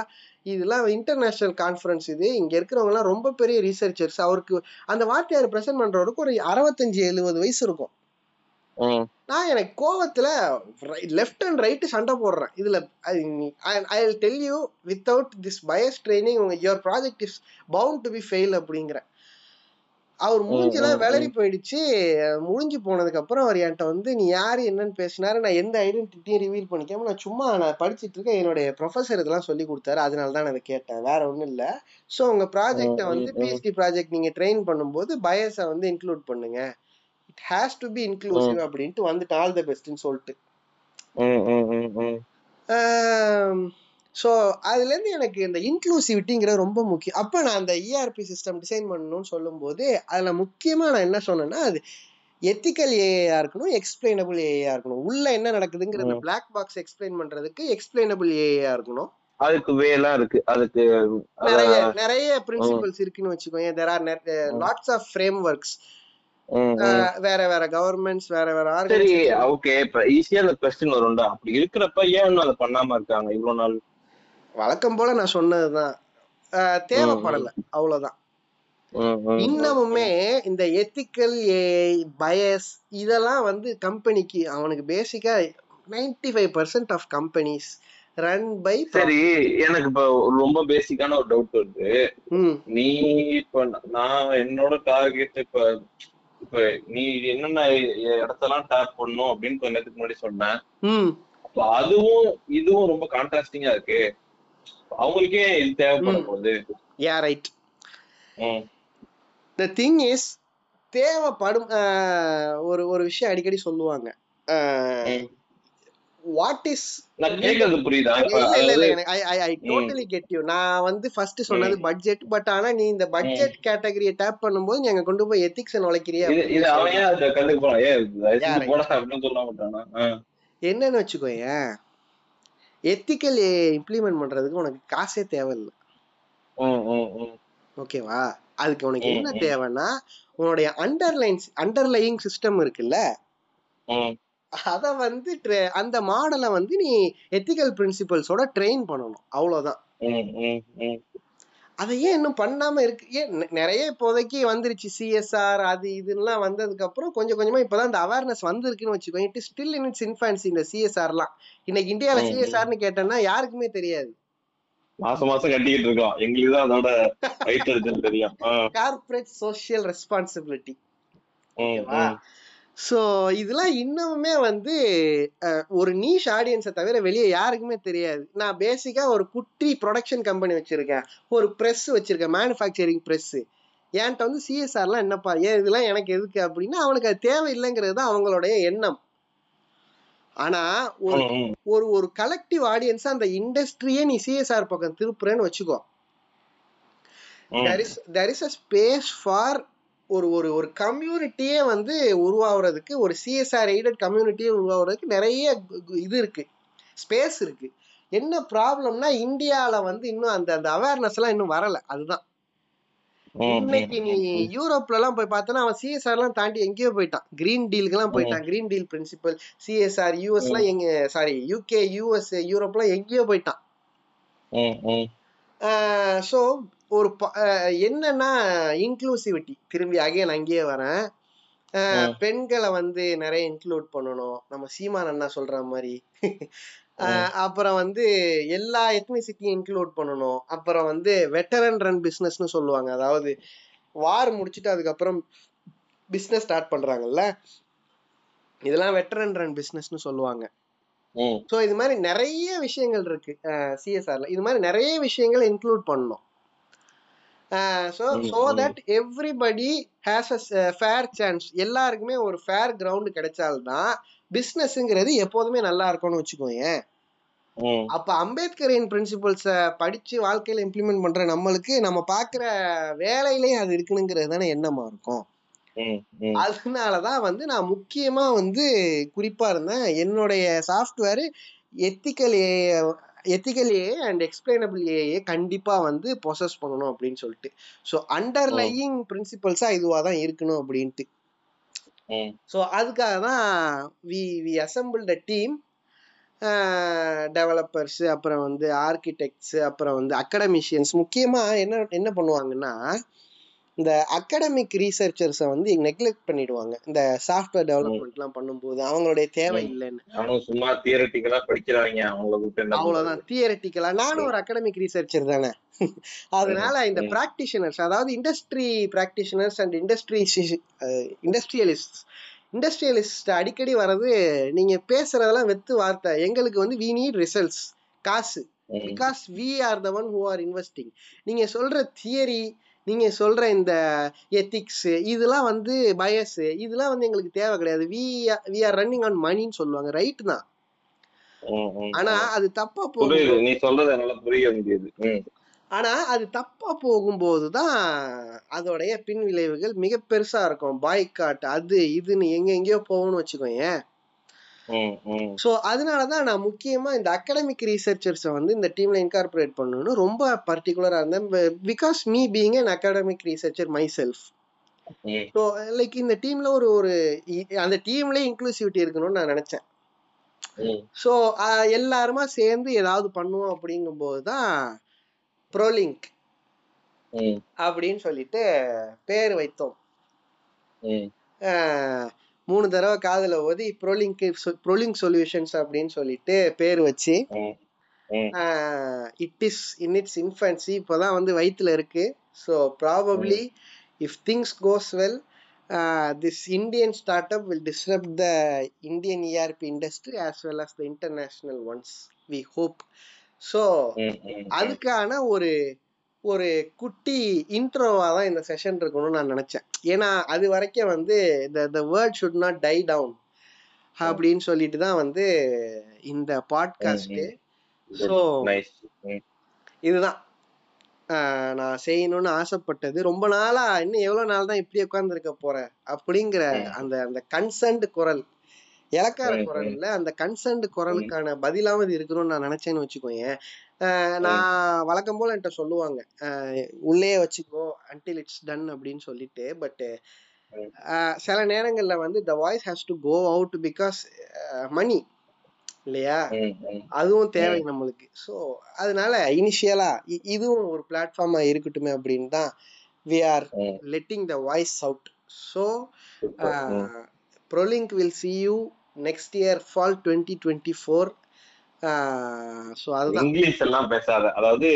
இதெல்லாம் இன்டர்நேஷனல் கான்ஃபரன்ஸ் இது இங்க இருக்கிறவங்க எல்லாம் ரொம்ப பெரிய ரிசர்ச்சர்ஸ் அவருக்கு அந்த வாத்தியார் பிரசன்ட் பண்றவருக்கு ஒரு அறுபத்தஞ்சு எழுபது வயசு இருக்கும் நான் எனக்கு கோவத்துல லெஃப்ட் அண்ட் ரைட்டு சண்டை போடுறேன் இதுல I tell you without this bias training உங்க your project is bound to be fail அப்படிங்கிறேன் அவர் மூஞ்சிலாம் ம், விளறி போயிடுச்சு முடிஞ்சு போனதுக்கு அப்புறம் அவர் என்கிட்ட வந்து நீ யாரு என்னன்னு பேசினாரு நான் எந்த ஐடென்டிட்டியும் ரிவீல் பண்ணிக்காம நான் சும்மா நான் படிச்சிட்டு இருக்கேன் என்னுடைய ப்ரொஃபசர் இதெல்லாம் சொல்லி கொடுத்தாரு அதனால தான் நான் இதை கேட்டேன் வேற ஒண்ணும் இல்ல ஸோ உங்க ப்ராஜெக்ட ம், வந்து ம். பிஹெச்டி ப்ராஜெக்ட் நீங்க ட்ரெயின் பண்ணும்போது பயஸை வந்து இன்க்ளூட் பண்ணுங்க it has to be inclusive அப்படின்ட்டு வந்துட்டு ஆல் த பெஸ்ட்னு சொல்லிட்டு ம், ம், ம், ம். Um, ஸோ அதுலேருந்து எனக்கு இந்த இன்க்ளூசிவிட்டிங்கிறது ரொம்ப முக்கியம் அப்போ நான் அந்த E இஆர்பி சிஸ்டம் டிசைன் பண்ணணும்னு சொல்லும்போது அதில் முக்கியமாக நான் என்ன சொன்னேன்னா அது எத்திக்கல் ஏஐயா இருக்கணும் எக்ஸ்பிளைனபிள் ஏஐயா இருக்கணும் உள்ள என்ன நடக்குதுங்கிற அந்த ம். பிளாக் பாக்ஸ் எக்ஸ்பிளைன் பண்றதுக்கு எக்ஸ்பிளைனபிள் ஏஐயா இருக்கணும் அதுக்கு வேலாம் இருக்கு அதுக்கு அத- நிறைய நிறைய பிரின்சிபல்ஸ் இருக்குன்னு வச்சுக்கோங்க there are lots of frameworks ம், ம். வேற வேற கவர்மெண்ட்ஸ் வேற வேற சரி ஆர்கனைசேஷன் ஓகே இப்ப ஈஸியா அந்த கொஸ்டின் வரும்டா அப்படி இருக்கிறப்ப ஏன் இன்னும் அதை பண்ணாம இருக்காங்க இவ்வளவு நாள் வழக்கம் போல நான் சொன்னதுதான் அஹ் தேவைப்படலை அவ்வளவுதான் இன்னமுமே இந்த எத்திக்கல் ஏஐ பயஸ் இதெல்லாம் வந்து கம்பெனிக்கு அவனுக்கு பேசிக்கா ninety five percent of companies run by சரி எனக்கு இப்ப ரொம்ப பேசிக்கான ஒரு டவுட் வருது நீ இப்ப நான் என்னோட டார்கெட் இப்ப இப்ப நீ என்னென்ன இடத்தெல்லாம் டேப் பண்ணும் அப்படின்னு கொஞ்ச நேரத்துக்கு முன்னாடி சொன்னேன் அப்ப அதுவும் இதுவும் ரொம்ப கான்ட்ராஸ்டிங்கா இருக்கு அவங்களுக்கே இது தேவைப்பட போகுது yeah right the thing is தேவைப்படும் ஒரு ஒரு விஷயம் அடிக்கடி சொல்லுவாங்க வாட் இஸ் கேக்குறது புரியுதா நான் வந்து ஃபர்ஸ்ட் சொன்னது பட்ஜெட் பட் ஆனா நீ இந்த பட்ஜெட் கேட்டகரியை டேப் பண்ணும்போது நீங்க கொண்டு போய் எத்திக்ஸ் நுழைக்கிறியா இது அவன் ஏன் அத கண்டுக்க போறான் ஏன் போடா அப்படின்னு சொல்ல மாட்டானா என்னன்னு வச்சுக்கோயேன் எத்திக்கல் இம்ப்ளிமெண்ட் பண்றதுக்கு உனக்கு காசே தேவையில்லை ஓகேவா அதுக்கு உனக்கு என்ன தேவைன்னா உன்னுடைய அண்டர்லைன்ஸ் அண்டர்லையிங் சிஸ்டம் இருக்குல்ல அத வந்து அந்த மாடலை வந்து நீ எத்திக்கல் பிரின்சிபல்ஸோட ட்ரெயின் பண்ணணும் அவ்வளவுதான் அதை ஏன் இன்னும் பண்ணாம இருக்கு ஏன் நிறைய இப்போதைக்கு வந்துருச்சு சிஎஸ்ஆர் அது இதுலாம் வந்ததுக்கு அப்புறம் கொஞ்சம் கொஞ்சமா இப்பதான் இந்த அவேர்னஸ் வந்திருக்குன்னு வச்சுக்கோங்க it still in its infancy இந்த சிஎஸ்ஆர்லாம் இன்னைக்கு இந்தியாவில சிஎஸ்ஆர்னு கேட்டேன்னா யாருக்குமே தெரியாது மாசம் மாசம் கட்டிக்கிட்டு இருக்கோம் எங்களுக்கு தான் அதோட ரைட் தெரியும் கார்ப்பரேட் சோசியல் ரெஸ்பான்சிபிலிட்டி ஸோ இதெல்லாம் இன்னமுமே வந்து ஒரு நீஷ் ஆடியன்ஸை தவிர வெளியே யாருக்குமே தெரியாது நான் பேசிக்காக ஒரு குட்டி ப்ரொடக்ஷன் கம்பெனி வச்சுருக்கேன் ஒரு ப்ரெஸ் வச்சுருக்கேன் மேனுஃபேக்சரிங் ப்ரெஸ்ஸு என்கிட்ட வந்து சிஎஸ்ஆர்லாம் என்னப்பா ஏன் இதெல்லாம் எனக்கு எதுக்கு அப்படின்னா அவனுக்கு அது தேவையில்லைங்கிறது தான் அவங்களுடைய எண்ணம் ஆனால் ஒரு ஒரு ஒரு கலெக்டிவ் ஆடியன்ஸை அந்த இண்டஸ்ட்ரியே நீ சிஎஸ்ஆர் பக்கம் திருப்புறேன்னு வச்சுக்கோ there is there is a space for ஒரு ஒரு ஒரு கம்யூனிட்டியே வந்து உருவாகிறதுக்கு ஒரு சிஎஸ்ஆர் எய்டட் கம்யூனிட்டியே உருவாகிறதுக்கு நிறைய இது இருக்கு ஸ்பேஸ் இருக்கு என்ன ப்ராப்ளம்னா இந்தியாவில் வந்து இன்னும் அந்த அந்த அவேர்னஸ்லாம் இன்னும் வரல அதுதான் இன்னைக்கு நீ யூரோப்ல எல்லாம் போய் பார்த்தனா அவன் சிஎஸ்ஆர் எல்லாம் தாண்டி எங்கேயோ போயிட்டான் கிரீன் டீலுக்கு எல்லாம் போயிட்டான் green deal principle CSR US எல்லாம் எங்க சாரி யூகே யூஎஸ் யூரோப் எல்லாம் எங்கேயோ போயிட்டான் ஸோ ஒரு என்னன்னா இன்க்ளூசிவிட்டி திரும்பி அகைன் அங்கேயே வரேன் பெண்களை வந்து நிறைய இன்க்ளூட் பண்ணணும் நம்ம சீமான் அண்ணா சொல்ற மாதிரி அப்புறம் வந்து எல்லா எத்னிசிட்டியும் இன்க்ளூட் பண்ணணும் அப்புறம் வந்து வெட்டரன் ரன் பிஸ்னஸ்னு சொல்லுவாங்க அதாவது வார் முடிச்சுட்டு அதுக்கப்புறம் பிஸ்னஸ் ஸ்டார்ட் பண்றாங்கல்ல இதெல்லாம் வெட்டரன் ரன் பிஸ்னஸ்னு சொல்லுவாங்க ஸோ இது மாதிரி நிறைய விஷயங்கள் இருக்கு சிஎஸ்ஆர்ல இது மாதிரி நிறைய விஷயங்களை இன்க்ளூட் பண்ணணும் so so that everybody has a fair chance எல்லாருக்குமே ஒரு ஃபேர் கிரவுண்டு கிடைச்சால்தான் பிஸ்னஸ்ங்கிறது எப்போதுமே நல்லா இருக்கும்னு வச்சுக்கோங்க அப்ப அம்பேத்கரின் பிரின்சிபல்ஸை படிச்சு வாழ்க்கையில இம்ப்ளிமெண்ட் பண்ற நம்மளுக்கு நம்ம பாக்குற வேலையிலயும் அது இருக்கணுங்கிறது தானே எண்ணமா இருக்கும் அதனாலதான் வந்து நான் முக்கியமா வந்து குறிப்பா இருந்தேன் என்னுடைய சாஃப்ட்வேர் எத்திக்கல் எத்திக்கலியே அண்ட் எக்ஸ்பிளைனபிளியே கண்டிப்பாக வந்து ப்ரொசஸ் பண்ணணும் அப்படின்னு சொல்லிட்டு ஸோ அண்டர்லையிங் பிரின்சிபல்ஸாக இதுவாக தான் இருக்கணும் அப்படின்ட்டு ஸோ அதுக்காக தான் we we assemble the team developers அப்புறம் வந்து ஆர்கிடெக்ட்ஸு அப்புறம் வந்து அகடமிஷியன்ஸ் முக்கியமாக என்ன என்ன பண்ணுவாங்கன்னா இந்த அகடமிக் ரீசர்ச்சர்ஸை வந்து நெக்லெக்ட் பண்ணிடுவாங்க இந்த சாஃப்ட்வேர் டெவலப்மெண்ட்லாம் பண்ணும்போது அவங்களுடைய தேவை இல்லைன்னு அவனும் சும்மா தியரட்டிக்கலா படிக்கிறாங்க அவ்வளவுதான் தியரட்டிக்கலா நானும் ஒரு அகடமிக் ரீசர்ச்சர் தானே அதனால இந்த பிராக்டிஷனர்ஸ் அதாவது industry practitioners and industry industrialist industrialist அடிக்கடி வர்றது நீங்க பேசுறதெல்லாம் வெத்து வார்த்தை எங்களுக்கு வந்து வி நீட் ரிசல்ட்ஸ் காசு because we are the one who are investing நீங்க சொல்ற தியரி நீங்க சொல்ற இந்த எத்திக்ஸ் இதெல்லாம் வந்து பயஸ் இதெல்லாம் வந்து எங்களுக்கு தேவை கிடையாது we we are running on மணின்னு சொல்லுவாங்க ரைட் தான் ஆனா அது தப்பா போகுது நீ சொல்றது என்னால புரிய முடியாது ஆனா அது தப்பா போகும்போது தான் அதோடைய பின் விளைவுகள் மிக பெருசா இருக்கும் பாய்காட் அது இதுன்னு எங்க எங்கேயோ போகணும்னு வச்சுக்கோங்க ஸோ அதனால தான் நான் முக்கியமாக இந்த அகடமிக் ரீசர்ச்சர்ஸை வந்து இந்த டீமில் இன்கார்பரேட் பண்ணணும்னு ரொம்ப பர்டிகுலராக இருந்தேன் because me being an academic researcher myself so like இந்த டீமில் ஒரு ஒரு அந்த டீம்லேயே இன்க்ளூசிவிட்டி இருக்கணும்னு நான் நினச்சேன் ஸோ எல்லாருமா சேர்ந்து ஏதாவது பண்ணுவோம் அப்படிங்கும்போது தான் ப்ரோலிங்க் ம், அப்படின்னு சொல்லிட்டு பேர் வைத்தோம் ம், அஹ் மூணு தடவை காதுல ஓதி ப்ரோலிங்க்கு ப்ரோலிங் சொல்யூஷன்ஸ் அப்படின்னு சொல்லிட்டு பேர் வச்சு ம், ம், it is in its infancy இப்போதான் வந்து வயித்துல இருக்கு so probably if things goes well this Indian start up will disturb the Indian ERP industry as well as the international ones we hope so ம், ம், ம். அதுக்கான ஒரு ஒரு குட்டி இன்ட்ரோவா தான் இந்த செஷன் இருக்கணும்னு நான் நினைச்சேன் ஏன்னா அது வரைக்கும் வந்து the the word should not tie down அப்படின்னு சொல்லிட்டு தான் வந்து இந்த பாட்காஸ்ட் ஸோ Nice. ம், இதுதான் ஆஹ் நான் செய்யணும்னு ஆசைப்பட்டது ரொம்ப நாளா இன்னும் எவ்வளவு நாள் தான் இப்படி உட்கார்ந்திருக்க போறேன் அப்படிங்கிற ம். அந்த அந்த கன்சர்ன்டு குரல் இலக்கார ம், ம். குரல்ல அந்த கன்சர்ன்டு குரலுக்கான பதிலாவது இது இருக்கணும்னு நான் நினைச்சேன்னு வச்சுக்கோயேன் ஆஹ் நான் வழக்கம் போல என்கிட்ட சொல்லுவாங்க ஆஹ் உள்ளே வச்சுக்கோ until it's done அப்படின்னு சொல்லிட்டு பட் ம். சில நேரங்கள்ல வந்து the voice has to go out because money இல்லையா ம், ம். அதுவும் தேவை நம்மளுக்கு ஸோ அதனால இனிஷியலா இதுவும் ஒரு பிளாட்ஃபார்மா இருக்கட்டுமே அப்படின்னு தான் வி ஆர் ம். Letting the voice out so Super. ம், Prolink will see you next year fall twenty twenty four so அதுதான் இங்கிலீஷ் எல்லாம் பேசாத அதாவது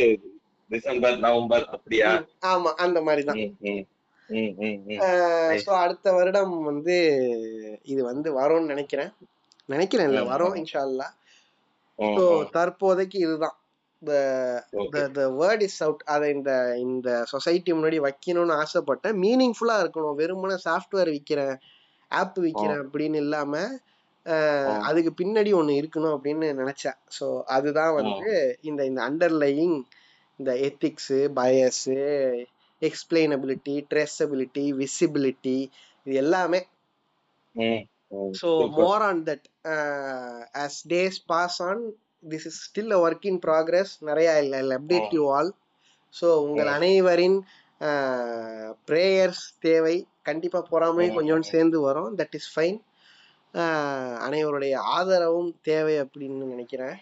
டிசம்பர் நவம்பர் அப்படியா ம், ஆமா அந்த மாதிரி தான் ம், ம், ம், ம், ம். Nice. ஸோ அடுத்த வருடம் வந்து இது வந்து வரும்னு நினைக்கிறேன் நினைக்கிறேன் இல்லை ம், வரும் ம். இன்ஷால்லா ம், ஸோ ம். தற்போதைக்கு இதுதான் The- Okay. the the word is out அதை இந்த இந்த சொசைட்டி முன்னாடி வைக்கணும்னு ஆசைப்பட்டேன் மீனிங்ஃபுல்லா இருக்கணும் வெறுமனே சாஃப்ட்வேர் விற்கிறேன் ஆப் விற்கிறேன் அப்படின்னு இல்லாம அஹ், ஆ. அதுக்கு பின்னாடி ஒண்ணு இருக்கணும் அப்படின்னு நினைச்சேன் ஸோ அதுதான் வந்து இந்த இந்த அண்டர்லையிங் இந்த எத்திக்ஸு பயஸு எக்ஸ்பிளைனபிலிட்டி ட்ரெஸபிலிட்டி விசிபிலிட்டி இது எல்லாமே ம், ம். So Super. More on that as days pass on this is still a work in progress நிறையா இல்லை இல்லை அப்டேட் யூ ஆல் ஸோ உங்கள் Mm. அனைவரின் ப்ரேயர்ஸ் தேவை கண்டிப்பாக பொறாமையும் Mm. கொஞ்சோண்டு சேர்ந்து வரும் தட் இஸ் ஃபைன் Uh, அனைவருடைய ஆதரவும் தேவை அப்படின்னு நினைக்கிறேன்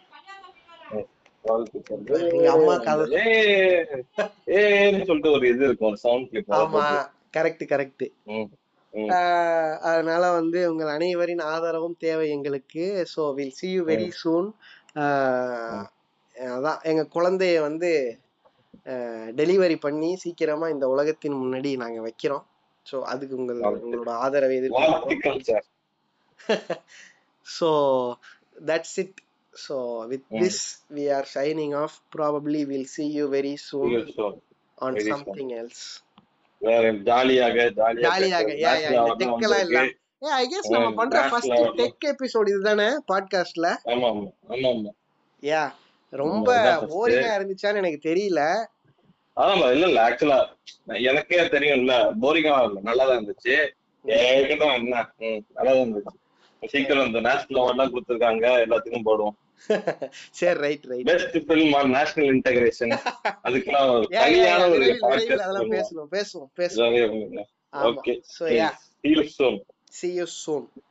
வாழ்த்துக்கள். எங்க அம்மா கதை ஏய், ஏய்ன்னு சொல்லிட்டு ஒரு இது இருக்கும் சவுண்ட் கிளிப் ஆமா கரெக்ட் கரெக்ட் ம் ம் ஆஹ் அதனால வந்து உங்கள் அனைவரின் ஆதரவும் தேவை எங்களுக்கு so will see you very soon அதான் எங்க குழந்தைய வந்து டெலிவரி பண்ணி சீக்கிரமா இந்த உலகத்தின் முன்னாடி நாங்க வைக்கிறோம் ஸோ அதுக்கு உங்கள் வாழ்த்து. உங்களோட ஆதரவை எதிர்பார்க்கிறோம் வாழ்த்துக்கள் sir so that's it so with ம். This we are shining off probably will see you very soon Yes, sure. ஆன் Very soon. சம்திங் எல்ஸ் வேற ஜாலியாக ஜாலியாக ஜாலியாக யா யா பேசுறது. Bachelor இந்த தான் டெக்கெல்லாம் வந்திருக்கு. இல்லாம ஏ ஐ கெஸ் நம்ம ம், பண்ற bachelor ஃபர்ஸ்ட் வரலாம். டெக் எபிசோட் இதுதானே பாட்காஸ்ட்ல ஆமா ஆமா ஆமா ஆமா யா ரொம்ப ஆமா, இதுதான் first. போரிங்கா இருந்துச்சான்னு எனக்கு தெரியல *laughs* ஆமா இல்ல இல்ல ஆக்சுவலா எனக்கே தெரியும்ல போரிங்கா இல்ல நல்லா தான் இருந்துச்சு ஏகதான் என்ன ம், நல்லா தான் இருந்துச்சு சீக்கிரம் இந்த நேஷனல் அவார்ட்லாம் கொடுத்துருக்காங்க எல்லாத்துக்கும் போடுவோம் சரி right right best film or national *laughs* integration அதுக்கெல்லாம் ஒரு தனியான ஒரு விரைவில் பாட்காஸ்ட் அதெல்லாம் பண்ணுவோம் பேசணும் பேசுவோம் பேசுவோம் இதாவே உங்களுக்கு. ஆமா Okay. So yeah Yes. See you soon. See you soon